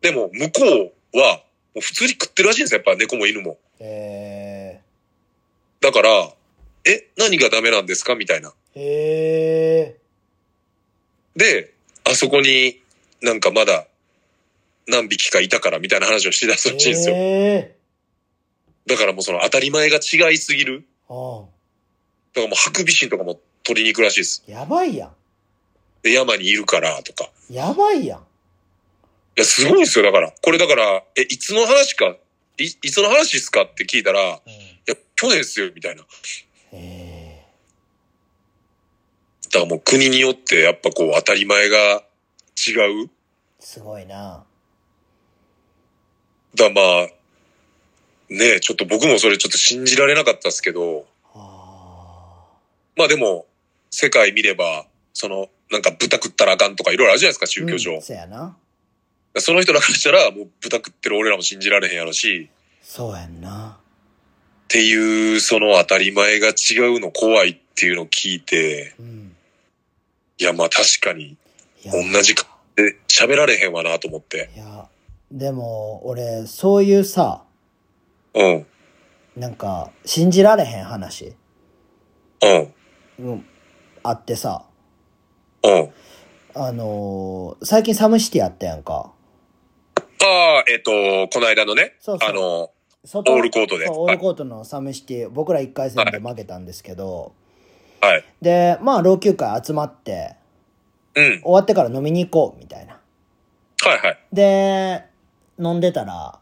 Speaker 2: でも、向こうは、もう普通に食ってるらしいんですよ。やっぱ猫も犬も。
Speaker 1: え
Speaker 2: だから、え、何がダメなんですかみたいな。
Speaker 1: えええ
Speaker 2: で、あそこになんかまだ何匹かいたからみたいな話をしだすらしいんですよ。
Speaker 1: え
Speaker 2: だからもうその当たり前が違いすぎる。
Speaker 1: えうん。
Speaker 2: だからもうハクビシンとかも取りに行くらしいです。
Speaker 1: やばいやん。
Speaker 2: で、山にいるからとか。
Speaker 1: やばいやん。
Speaker 2: いや、すごいですよ、だから。これだから、え、いつの話か、い、いつの話ですかって聞いたら、い
Speaker 1: うん、
Speaker 2: や、去年ですよ、みたいな。だか
Speaker 1: ええ
Speaker 2: らもう国によって、やっぱこう、当たり前が違う。
Speaker 1: すごいな。
Speaker 2: だからまあ、ねえ、ちょっと僕もそれちょっと信じられなかったですけど、
Speaker 1: あ
Speaker 2: まあでも、世界見れば、その、なんか豚食ったらあかんとかいろいろあるじゃないですか、
Speaker 1: ー
Speaker 2: 宗教上。
Speaker 1: うんそやな。
Speaker 2: その人らからしたら、もう豚食ってる俺らも信じられへんやろし、
Speaker 1: そうやんな。
Speaker 2: っていう、その当たり前が違うの怖いっていうのを聞いて、
Speaker 1: うん。
Speaker 2: いやまあ確かに、
Speaker 1: いや
Speaker 2: 同じか。で、喋られへんわなと思って。
Speaker 1: いや、でも、俺、そういうさ、
Speaker 2: うん、うん。
Speaker 1: なんか、信じられへん話、うん、あってさ、
Speaker 2: うん。
Speaker 1: あのー最近サムシティあったやんか。
Speaker 2: ああ、えっ、と、この間のね、
Speaker 1: そうそう
Speaker 2: あの、
Speaker 1: 外
Speaker 2: オールコートで
Speaker 1: そうオールコートのサムシティ、僕ら1回戦で負けたんですけど、
Speaker 2: はい。
Speaker 1: で、まあ、老朽会集まって、
Speaker 2: うん。
Speaker 1: 終わってから飲みに行こう、みたいな。
Speaker 2: はいはい。
Speaker 1: で、飲んでたら、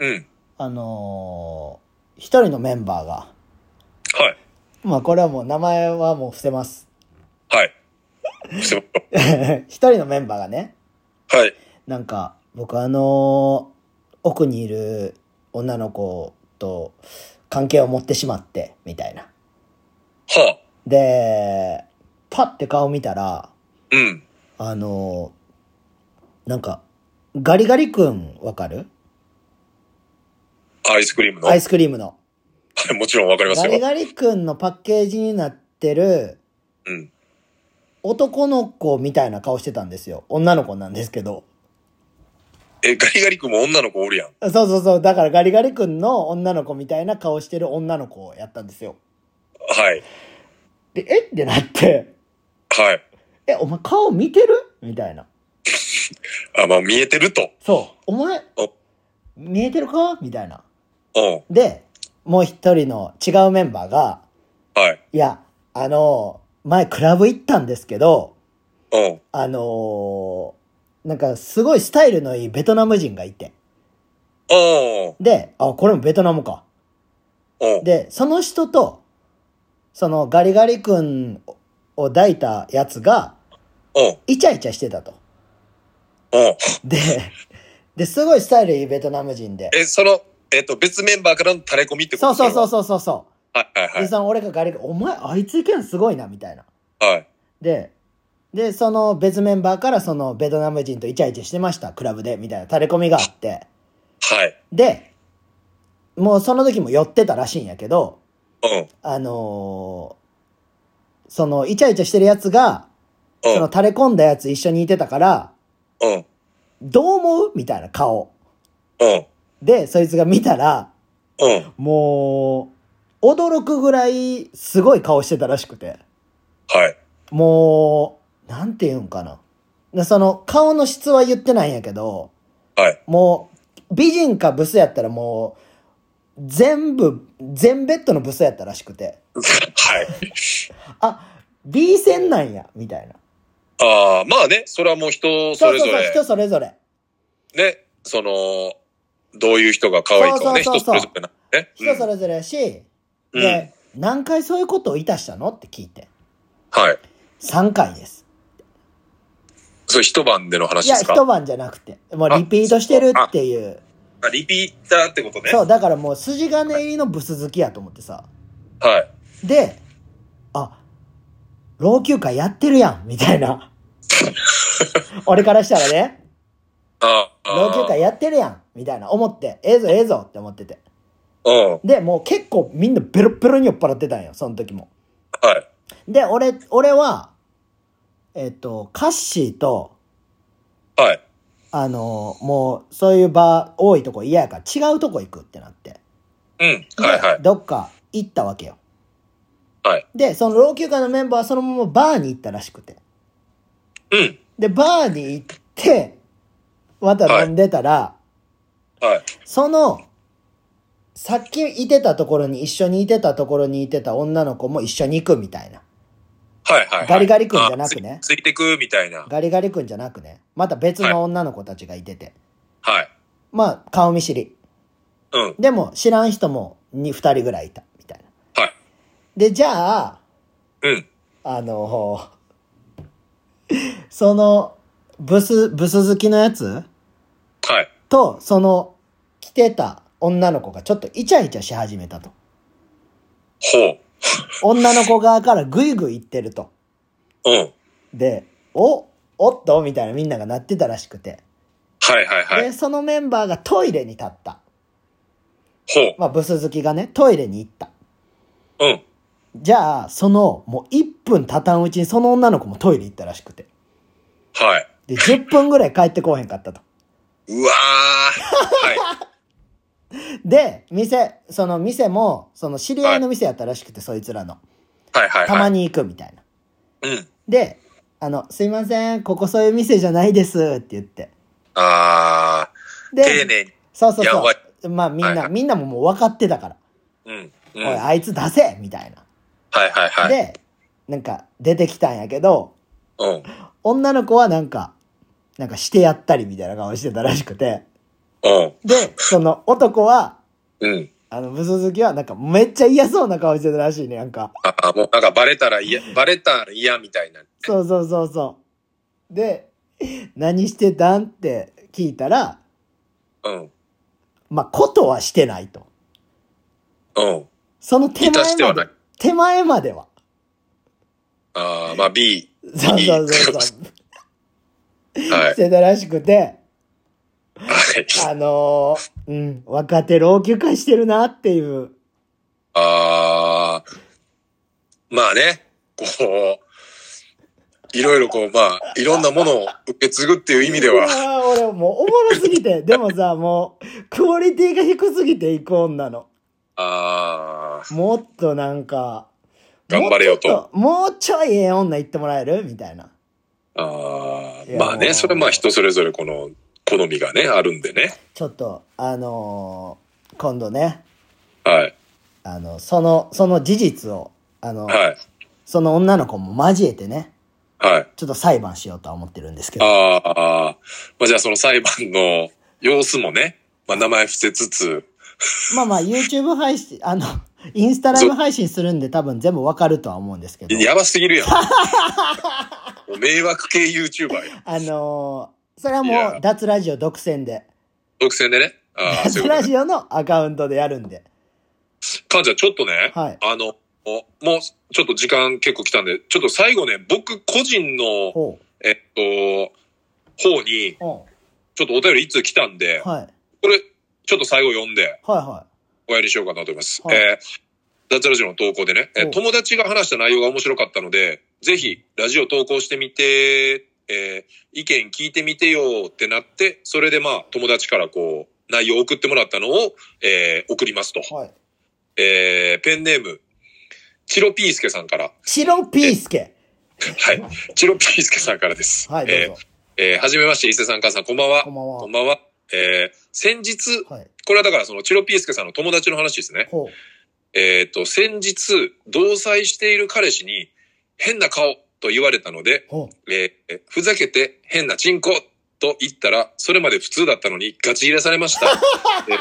Speaker 2: うん。
Speaker 1: あのー一人のメンバーが、
Speaker 2: はい。
Speaker 1: まあこれはもう名前はもう伏せます。
Speaker 2: はい。すいませ
Speaker 1: 一人のメンバーがね、
Speaker 2: んはい。
Speaker 1: なんか、僕あのー奥にいる女の子と関係を持ってしまって、みたいな。
Speaker 2: はあ。
Speaker 1: で、パッて顔見たら、
Speaker 2: うん。
Speaker 1: あのーなんか、ガリガリ君わかる
Speaker 2: アイスクリームの。
Speaker 1: ア
Speaker 2: は
Speaker 1: イスクリームの。
Speaker 2: い、もちろんわかります
Speaker 1: ガリ
Speaker 2: よ。
Speaker 1: ガリ君のパッケージになってる
Speaker 2: うん。
Speaker 1: 男の子みたいな顔してたんですよ。女の子なんですけど。
Speaker 2: え、ガリガリ君も女の子おるやん。
Speaker 1: そうそうそう。だからガリガリ君の女の子みたいな顔してる女の子をやったんですよ。
Speaker 2: はい。
Speaker 1: で、えってなって、
Speaker 2: はい。
Speaker 1: え、お前顔見てるみたいな。
Speaker 2: あ、まあ見えてると。
Speaker 1: そう。お前
Speaker 2: お、
Speaker 1: 見えてるかみたいな。
Speaker 2: うん。
Speaker 1: で、もう一人の違うメンバーが、
Speaker 2: はい。
Speaker 1: いや、あの、前クラブ行ったんですけど、
Speaker 2: うん。
Speaker 1: あのーなんかすごいスタイルのいいベトナム人がいて。
Speaker 2: うん。
Speaker 1: で、あ、これもベトナムか。
Speaker 2: うん。
Speaker 1: で、その人と、そのガリガリ君を抱いたやつが、
Speaker 2: うん。
Speaker 1: イチャイチャしてたと。
Speaker 2: うん。
Speaker 1: で、で、すごいスタイルいいベトナム人で。
Speaker 2: え、その、えっと、別メンバーからの垂れ込みってこ
Speaker 1: そう
Speaker 2: と
Speaker 1: そうそう
Speaker 2: そ
Speaker 1: そうそうそ。
Speaker 2: れははいうは
Speaker 1: で、
Speaker 2: い
Speaker 1: その俺がガリガリ、お前、あいつ意見すごいな、みたいな。
Speaker 2: はい。はい。
Speaker 1: で、で、その別メンバーからそのベトナム人とイチャイチャしてました、クラブで、みたいな垂れ込みがあって。
Speaker 2: はい。
Speaker 1: で、もうその時も寄ってたらしいんやけど、
Speaker 2: うん。
Speaker 1: あのその、イチャイチャしてるやつが、
Speaker 2: うん
Speaker 1: その、垂れ込んだやつ一緒にいてたから、
Speaker 2: うん、
Speaker 1: どう思うみたいな顔。
Speaker 2: うん、
Speaker 1: で、そいつが見たら、
Speaker 2: うん。
Speaker 1: もう、驚くぐらい、すごい顔してたらしくて。
Speaker 2: はい。
Speaker 1: もう、なんて言うんかな。でその、顔の質は言ってないんやけど、
Speaker 2: はい。
Speaker 1: もう、美人かブスやったらもう、全部、全ベッドのブスやったらしくて、
Speaker 2: はい。
Speaker 1: あ、B 線なんや、みたいな。
Speaker 2: ああ、まあね、それはもう人
Speaker 1: そ
Speaker 2: そうれ
Speaker 1: そ
Speaker 2: ぞ
Speaker 1: うそう、
Speaker 2: れ、
Speaker 1: 人それぞれ。
Speaker 2: ね、その、どういう人が可愛いとかね、
Speaker 1: そう
Speaker 2: 人
Speaker 1: そ
Speaker 2: そう
Speaker 1: そうそう
Speaker 2: れぞれなんでね。
Speaker 1: 人そ
Speaker 2: れ
Speaker 1: れぞれやし、
Speaker 2: うん。うん
Speaker 1: で、何回そういうことをいたしたのって聞いて。
Speaker 2: はい。
Speaker 1: 3回です。
Speaker 2: それ一晩での
Speaker 1: い
Speaker 2: 話で
Speaker 1: や、
Speaker 2: す
Speaker 1: 一
Speaker 2: か
Speaker 1: 晩じゃなくて、もうリピートしてるっていう。
Speaker 2: あリピーターってことね。
Speaker 1: そう、だからもう筋金入りのブス好きやと思ってさ。
Speaker 2: はい。
Speaker 1: で、あ、老朽化やってるやん、みたい な。俺からしたらね、
Speaker 2: ああ。
Speaker 1: 老朽化やってるやん、みたいな思って、ええぞええぞって思ってて。
Speaker 2: うん。は
Speaker 1: で、もう結構みんなベロッベロに酔っ払ってたんよ、その時も。
Speaker 2: い。
Speaker 1: で、俺、俺は、えっと、カッシーと、
Speaker 2: はい。
Speaker 1: あの、もう、そういう場多いとこ嫌やから違うとこ行くってなって。
Speaker 2: うん。
Speaker 1: で
Speaker 2: はいはい。
Speaker 1: どっか行ったわけよ。
Speaker 2: はい。
Speaker 1: で、その老朽化のメンバーはそのままバーに行ったらしくて。
Speaker 2: うん。
Speaker 1: で、バーに行って、また飲んでたら、
Speaker 2: はい。
Speaker 1: その、さっきいてたところに、一緒にいてたところにいてた女の子も一緒に行くみたいな。
Speaker 2: はいはいはい。
Speaker 1: ガリガリ君じゃなくね
Speaker 2: あついついてくみたいな。
Speaker 1: ガリガリ君じゃなくね。また別の女の子たちがいてて。
Speaker 2: はい。
Speaker 1: まあ、顔見知り。
Speaker 2: うん。
Speaker 1: でも、知らん人もに二人ぐらいいた。みたいな。
Speaker 2: はい。
Speaker 1: で、じゃあ、
Speaker 2: うん。
Speaker 1: あの、その、ブス、ブス好きのやつ
Speaker 2: はい。
Speaker 1: と、その、来てた女の子がちょっとイチャイチャし始めたと。
Speaker 2: ほ
Speaker 1: 女の子側からグイグイ行ってると。
Speaker 2: う。うん。
Speaker 1: で、お、おっとみたいなみんながなってたらしくて。
Speaker 2: はいはいはい
Speaker 1: で、。そのメンバーがトイレに立った。
Speaker 2: ほ
Speaker 1: まあ、ブス好きがね、トイレに行った。
Speaker 2: う。うん。
Speaker 1: じゃあ、その、もう1分経たんうちにその女の子もトイレ行ったらしくて。
Speaker 2: はい。
Speaker 1: で、10分ぐらい帰ってこうへんかったと。
Speaker 2: う わー。は
Speaker 1: で、店、その店も、その知り合いの店やったらしくて、そいつらの。
Speaker 2: い。はいはいはい。
Speaker 1: たまに行くみたいな。
Speaker 2: うん。
Speaker 1: で、あの、すいません、ここそういう店じゃないですって言って。
Speaker 2: あー。
Speaker 1: で、
Speaker 2: 丁寧に。
Speaker 1: そうそう
Speaker 2: やば
Speaker 1: そう。まあみんな、
Speaker 2: はいはい
Speaker 1: みんなももう分かってたから。
Speaker 2: うん。
Speaker 1: お
Speaker 2: うん。
Speaker 1: い、
Speaker 2: はい
Speaker 1: あいつ出せみたいな。
Speaker 2: はいはい。
Speaker 1: で、なんか出てきたんやけど、
Speaker 2: うん。
Speaker 1: 女の子はなんか、なんかしてやったりみたいな顔してたらしくて。
Speaker 2: うん。
Speaker 1: で、その男は、
Speaker 2: うん。
Speaker 1: あの、ブス好きはなんかめっちゃ嫌そうな顔してたらしいね、なんか。
Speaker 2: ああ、もうなんかバレたら 嫌、バレたら嫌みたいな。
Speaker 1: そうそうそうそう。で、何してたんって聞いたら、
Speaker 2: うん。
Speaker 1: まあ、ことはしてないと。
Speaker 2: うん。
Speaker 1: その手
Speaker 2: いた
Speaker 1: 前
Speaker 2: して
Speaker 1: ま
Speaker 2: は
Speaker 1: で
Speaker 2: ない、
Speaker 1: 手前までは。
Speaker 2: あー、まあ B。
Speaker 1: そうそうそうそう。
Speaker 2: は
Speaker 1: し
Speaker 2: い。
Speaker 1: てたらしくて、
Speaker 2: はい。
Speaker 1: あのーうん、若手老朽化してるなっていう。
Speaker 2: あー、まあね、こう、いろいろこう、まあ、いろんなものを受け継ぐっていう意味で
Speaker 1: いや
Speaker 2: は、
Speaker 1: ー俺もうおもろすぎて、でもさ、もう、クオリティが低すぎていく女の。
Speaker 2: あー、
Speaker 1: もっとなんか、
Speaker 2: 頑張れよと
Speaker 1: もうちょっと。もうちょいええ女言ってもらえるみたいな。
Speaker 2: あ
Speaker 1: いや
Speaker 2: ーまあ
Speaker 1: もう
Speaker 2: ね、それはまあ人それぞれこの好みがね、あるんでね。
Speaker 1: ちょっと、あのー今度ね、
Speaker 2: はい。
Speaker 1: あの、その、その事実を、あの、
Speaker 2: はい。
Speaker 1: その女の子も交えてね、
Speaker 2: はい。
Speaker 1: ちょっと裁判しようとは思ってるんですけ
Speaker 2: あー
Speaker 1: ど。
Speaker 2: あー、まあじゃあその裁判の様子もね、まあ名前伏せつつ、
Speaker 1: まあまあ、YouTube 配信、あの、インスタライブ配信するんで多分全部わかるとは思うんですけど。
Speaker 2: やばすぎるやん。もう迷惑系 YouTuber や。
Speaker 1: あのーそれはいもう
Speaker 2: や、
Speaker 1: 脱ラジオ独占で。
Speaker 2: 独占でね。ああ、そう
Speaker 1: 脱
Speaker 2: いうことね
Speaker 1: ラジオのアカウントでやるんで。
Speaker 2: かんちゃん、ちょっとね、
Speaker 1: はい
Speaker 2: あの、おもう、ちょっと時間結構来たんで、ちょっと最後ね、僕個人の、
Speaker 1: ほ
Speaker 2: えっと、方に
Speaker 1: う。、ほ
Speaker 2: ちょっとお便り一通来たんで
Speaker 1: う。、はい。
Speaker 2: これ、ちょっと最後読んで、
Speaker 1: はいは
Speaker 2: 終わりにしようかなと思います。
Speaker 1: はい
Speaker 2: えー脱ラジオの投稿でね、え
Speaker 1: お
Speaker 2: 友達が話した内容が面白かったので、ぜひ、ラジオ投稿してみて、えー意見聞いてみてよってなって、それでまあ、友達からこう、内容を送ってもらったのを、えー送りますと。
Speaker 1: はい。
Speaker 2: えーペンネーム、チロピースケさんから、
Speaker 1: チロピースケ。
Speaker 2: はい、チロピースケさんからです。
Speaker 1: はい、
Speaker 2: え
Speaker 1: ど
Speaker 2: ー
Speaker 1: うぞ。
Speaker 2: えーはじめまして、伊勢さん、母さん、こんばんは。
Speaker 1: こんばんは
Speaker 2: こん。ばんは。えー先日、
Speaker 1: はい。
Speaker 2: これはだからそのチロピースケさんの友達の話ですね。
Speaker 1: ほう。
Speaker 2: えっ、と、先日、同棲している彼氏に、変な顔と言われたので、
Speaker 1: ほ。
Speaker 2: えーふざけて変なチンコと言ったら、それまで普通だったのにガチ入れされました。えー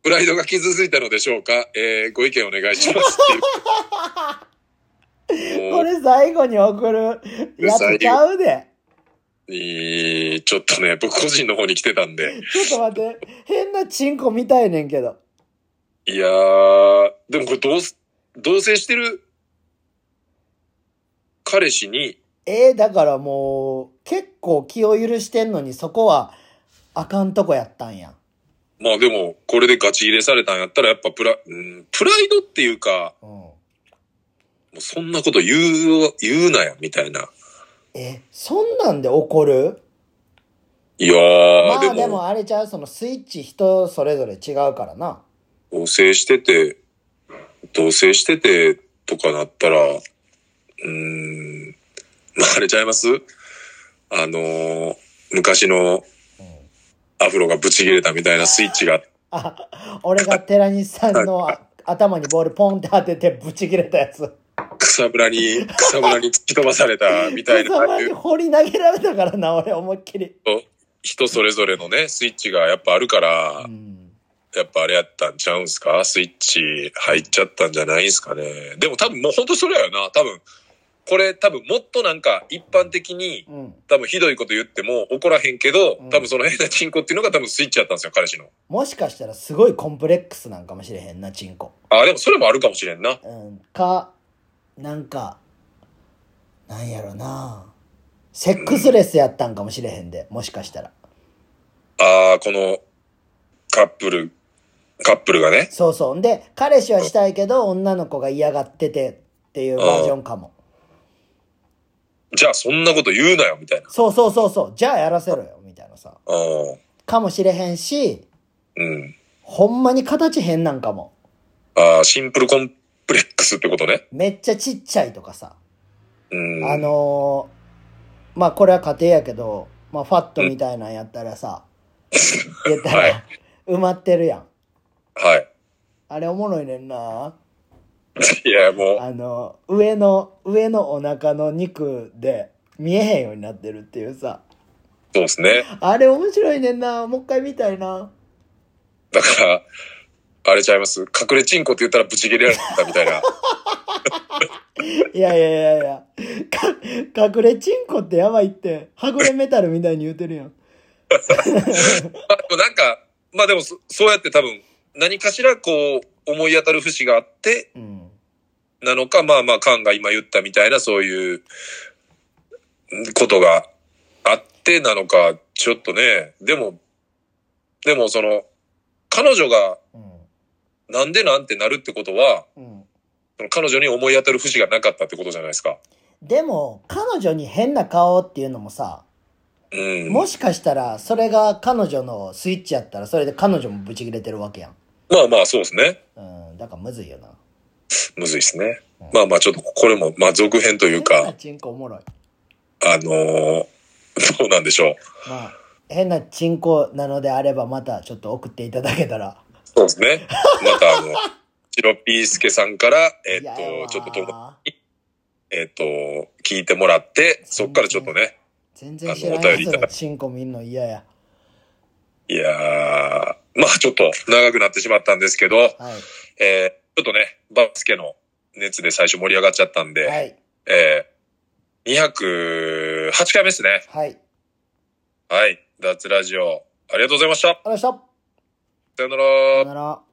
Speaker 2: プライドが傷ついたのでしょうか、えーご意見お願いしますってい うう。
Speaker 1: こ
Speaker 2: もう
Speaker 1: れ最後に送るやつちゃうで。
Speaker 2: いいちょっとね、僕個人の方に来てたんで。
Speaker 1: ちょっと待って。変なチンコ見たいねんけど。
Speaker 2: いやー、でもこれ同す、同棲してる彼氏に、
Speaker 1: ええだからもう、結構気を許してんのに、そこは、あかんとこやったんや。
Speaker 2: まあでも、これでガチ入れされたんやったら、やっぱプラ、うん、プライドっていうか、
Speaker 1: うん。
Speaker 2: もうそんなこと言う、言うなや、みたいな。
Speaker 1: え、そんなんで怒る
Speaker 2: いやー、
Speaker 1: まあ
Speaker 2: で
Speaker 1: で
Speaker 2: も、
Speaker 1: もあれちゃう、そのスイッチ人それぞれ違うからな。
Speaker 2: 同棲してて、同棲しててとかなったら、うーん、まああれちゃいますあのー昔の
Speaker 1: うん。
Speaker 2: アフロがブチ切れたみたいなスイッチが、
Speaker 1: あ、俺が寺西さんのあ頭にボールポンって当ててぶち切れたやつ。
Speaker 2: 草むらに、草むらに突き飛ばされたみたい
Speaker 1: 貴
Speaker 2: な、ああ
Speaker 1: 様
Speaker 2: い
Speaker 1: に
Speaker 2: う
Speaker 1: 放り投げられたからな、俺思いっきり。
Speaker 2: 人それぞれのね、スイッチがやっぱあるから
Speaker 1: う、ん。
Speaker 2: やっぱあれやったんちゃうんすかスイッチ入っちゃったんじゃないんすかね。でも多分もうほんとそれやよな。多分、これ多分もっとなんか一般的に、
Speaker 1: うん。
Speaker 2: 多分ひどいこと言っても怒らへんけど、
Speaker 1: うん
Speaker 2: 多分その変なチンコっていうのが多分スイッチやったんですよ、彼氏の。
Speaker 1: もしかしたらすごいコンプレックスなんかもしれへんな、チンコ。
Speaker 2: ああ、でもそれもあるかもしれんな。
Speaker 1: うん、か、なんか、なんやろな。セックスレスやったんかもしれへんで、もしかしたら。
Speaker 2: ああ、このカップル、カップルがね。
Speaker 1: そうそう。んで、彼氏はしたいけど、女の子が嫌がっててっていうバージョンかも。
Speaker 2: じゃあそんなこと言うなよ、みたいな。
Speaker 1: そうそうそうそう。じゃあやらせろよ、みたいなさ。
Speaker 2: ああ、
Speaker 1: かもしれへんし、
Speaker 2: うん。
Speaker 1: ほんまに形変なんかも。
Speaker 2: ああ、シンプルコンプレックスってことね。
Speaker 1: めっちゃちっちゃいとかさ。
Speaker 2: うん。
Speaker 1: あのーまあこれは家庭やけど、まあファットみたいなんやったらさ、言った
Speaker 2: はい
Speaker 1: ら埋まってるやん。
Speaker 2: はい。
Speaker 1: あれおもろいねんな。
Speaker 2: いや、もう、
Speaker 1: あの、上の、上のお腹の肉で見えへんようになってるっていうさ。
Speaker 2: そうですね。
Speaker 1: あれ面白いねんな。もう一回見たいな。
Speaker 2: だから、あれちゃいます隠れチンコって言ったらブチ切れられたみたいな。
Speaker 1: いやいやいやいや。か、隠れチンコってやばいって、はぐれメタルみたいに言うてるやん。
Speaker 2: まあでもなんか、まあでもそそうやって多分、何かしらこう、思い当たる節があって、
Speaker 1: うん。
Speaker 2: なのか、まあまあ、カンが今言ったみたいな、そういう、んことがあってなのか、ちょっとね、でも、でもその、彼女が
Speaker 1: うん。
Speaker 2: なんでなんてなるってことは、
Speaker 1: うん。
Speaker 2: その彼女に思い当たる節がなかったってことじゃないですか。
Speaker 1: でも、彼女に変な顔っていうのもさ、
Speaker 2: うん。
Speaker 1: もしかしたら、それが彼女のスイッチやったら、それで彼女もブチ切れてるわけやん。
Speaker 2: まあまあ、そうですね。
Speaker 1: うん。だからむずいよな。
Speaker 2: むずいですね
Speaker 1: うん。
Speaker 2: まあまあ、ちょっとこれも、まあ、続編という
Speaker 1: 変な
Speaker 2: か、
Speaker 1: チンコおもろい。
Speaker 2: あのーどうなんでしょう。
Speaker 1: まあ、変なチンコなのであれば、またちょっと送っていただけたら。
Speaker 2: そうですね。また、あの、チロピースケさんから、えっ、
Speaker 1: いやいや
Speaker 2: と、ちょっととも、えっ、と、聞いてもらって、そっからちょっとね、
Speaker 1: 全然知ら
Speaker 2: あ
Speaker 1: な
Speaker 2: のお
Speaker 1: い
Speaker 2: 便りい
Speaker 1: 人
Speaker 2: ただ
Speaker 1: がチンコ見んの嫌や。
Speaker 2: いやー、まあちょっと長くなってしまったんですけど、
Speaker 1: はい。
Speaker 2: えー、ちょっとね、バスケの熱で最初盛り上がっちゃったんで、
Speaker 1: はい。
Speaker 2: えー、208回目ですね。
Speaker 1: はい。
Speaker 2: はい。脱ラジオ、ありがとうございました。
Speaker 1: ありがとうございました。
Speaker 2: さよなら。
Speaker 1: さよなら。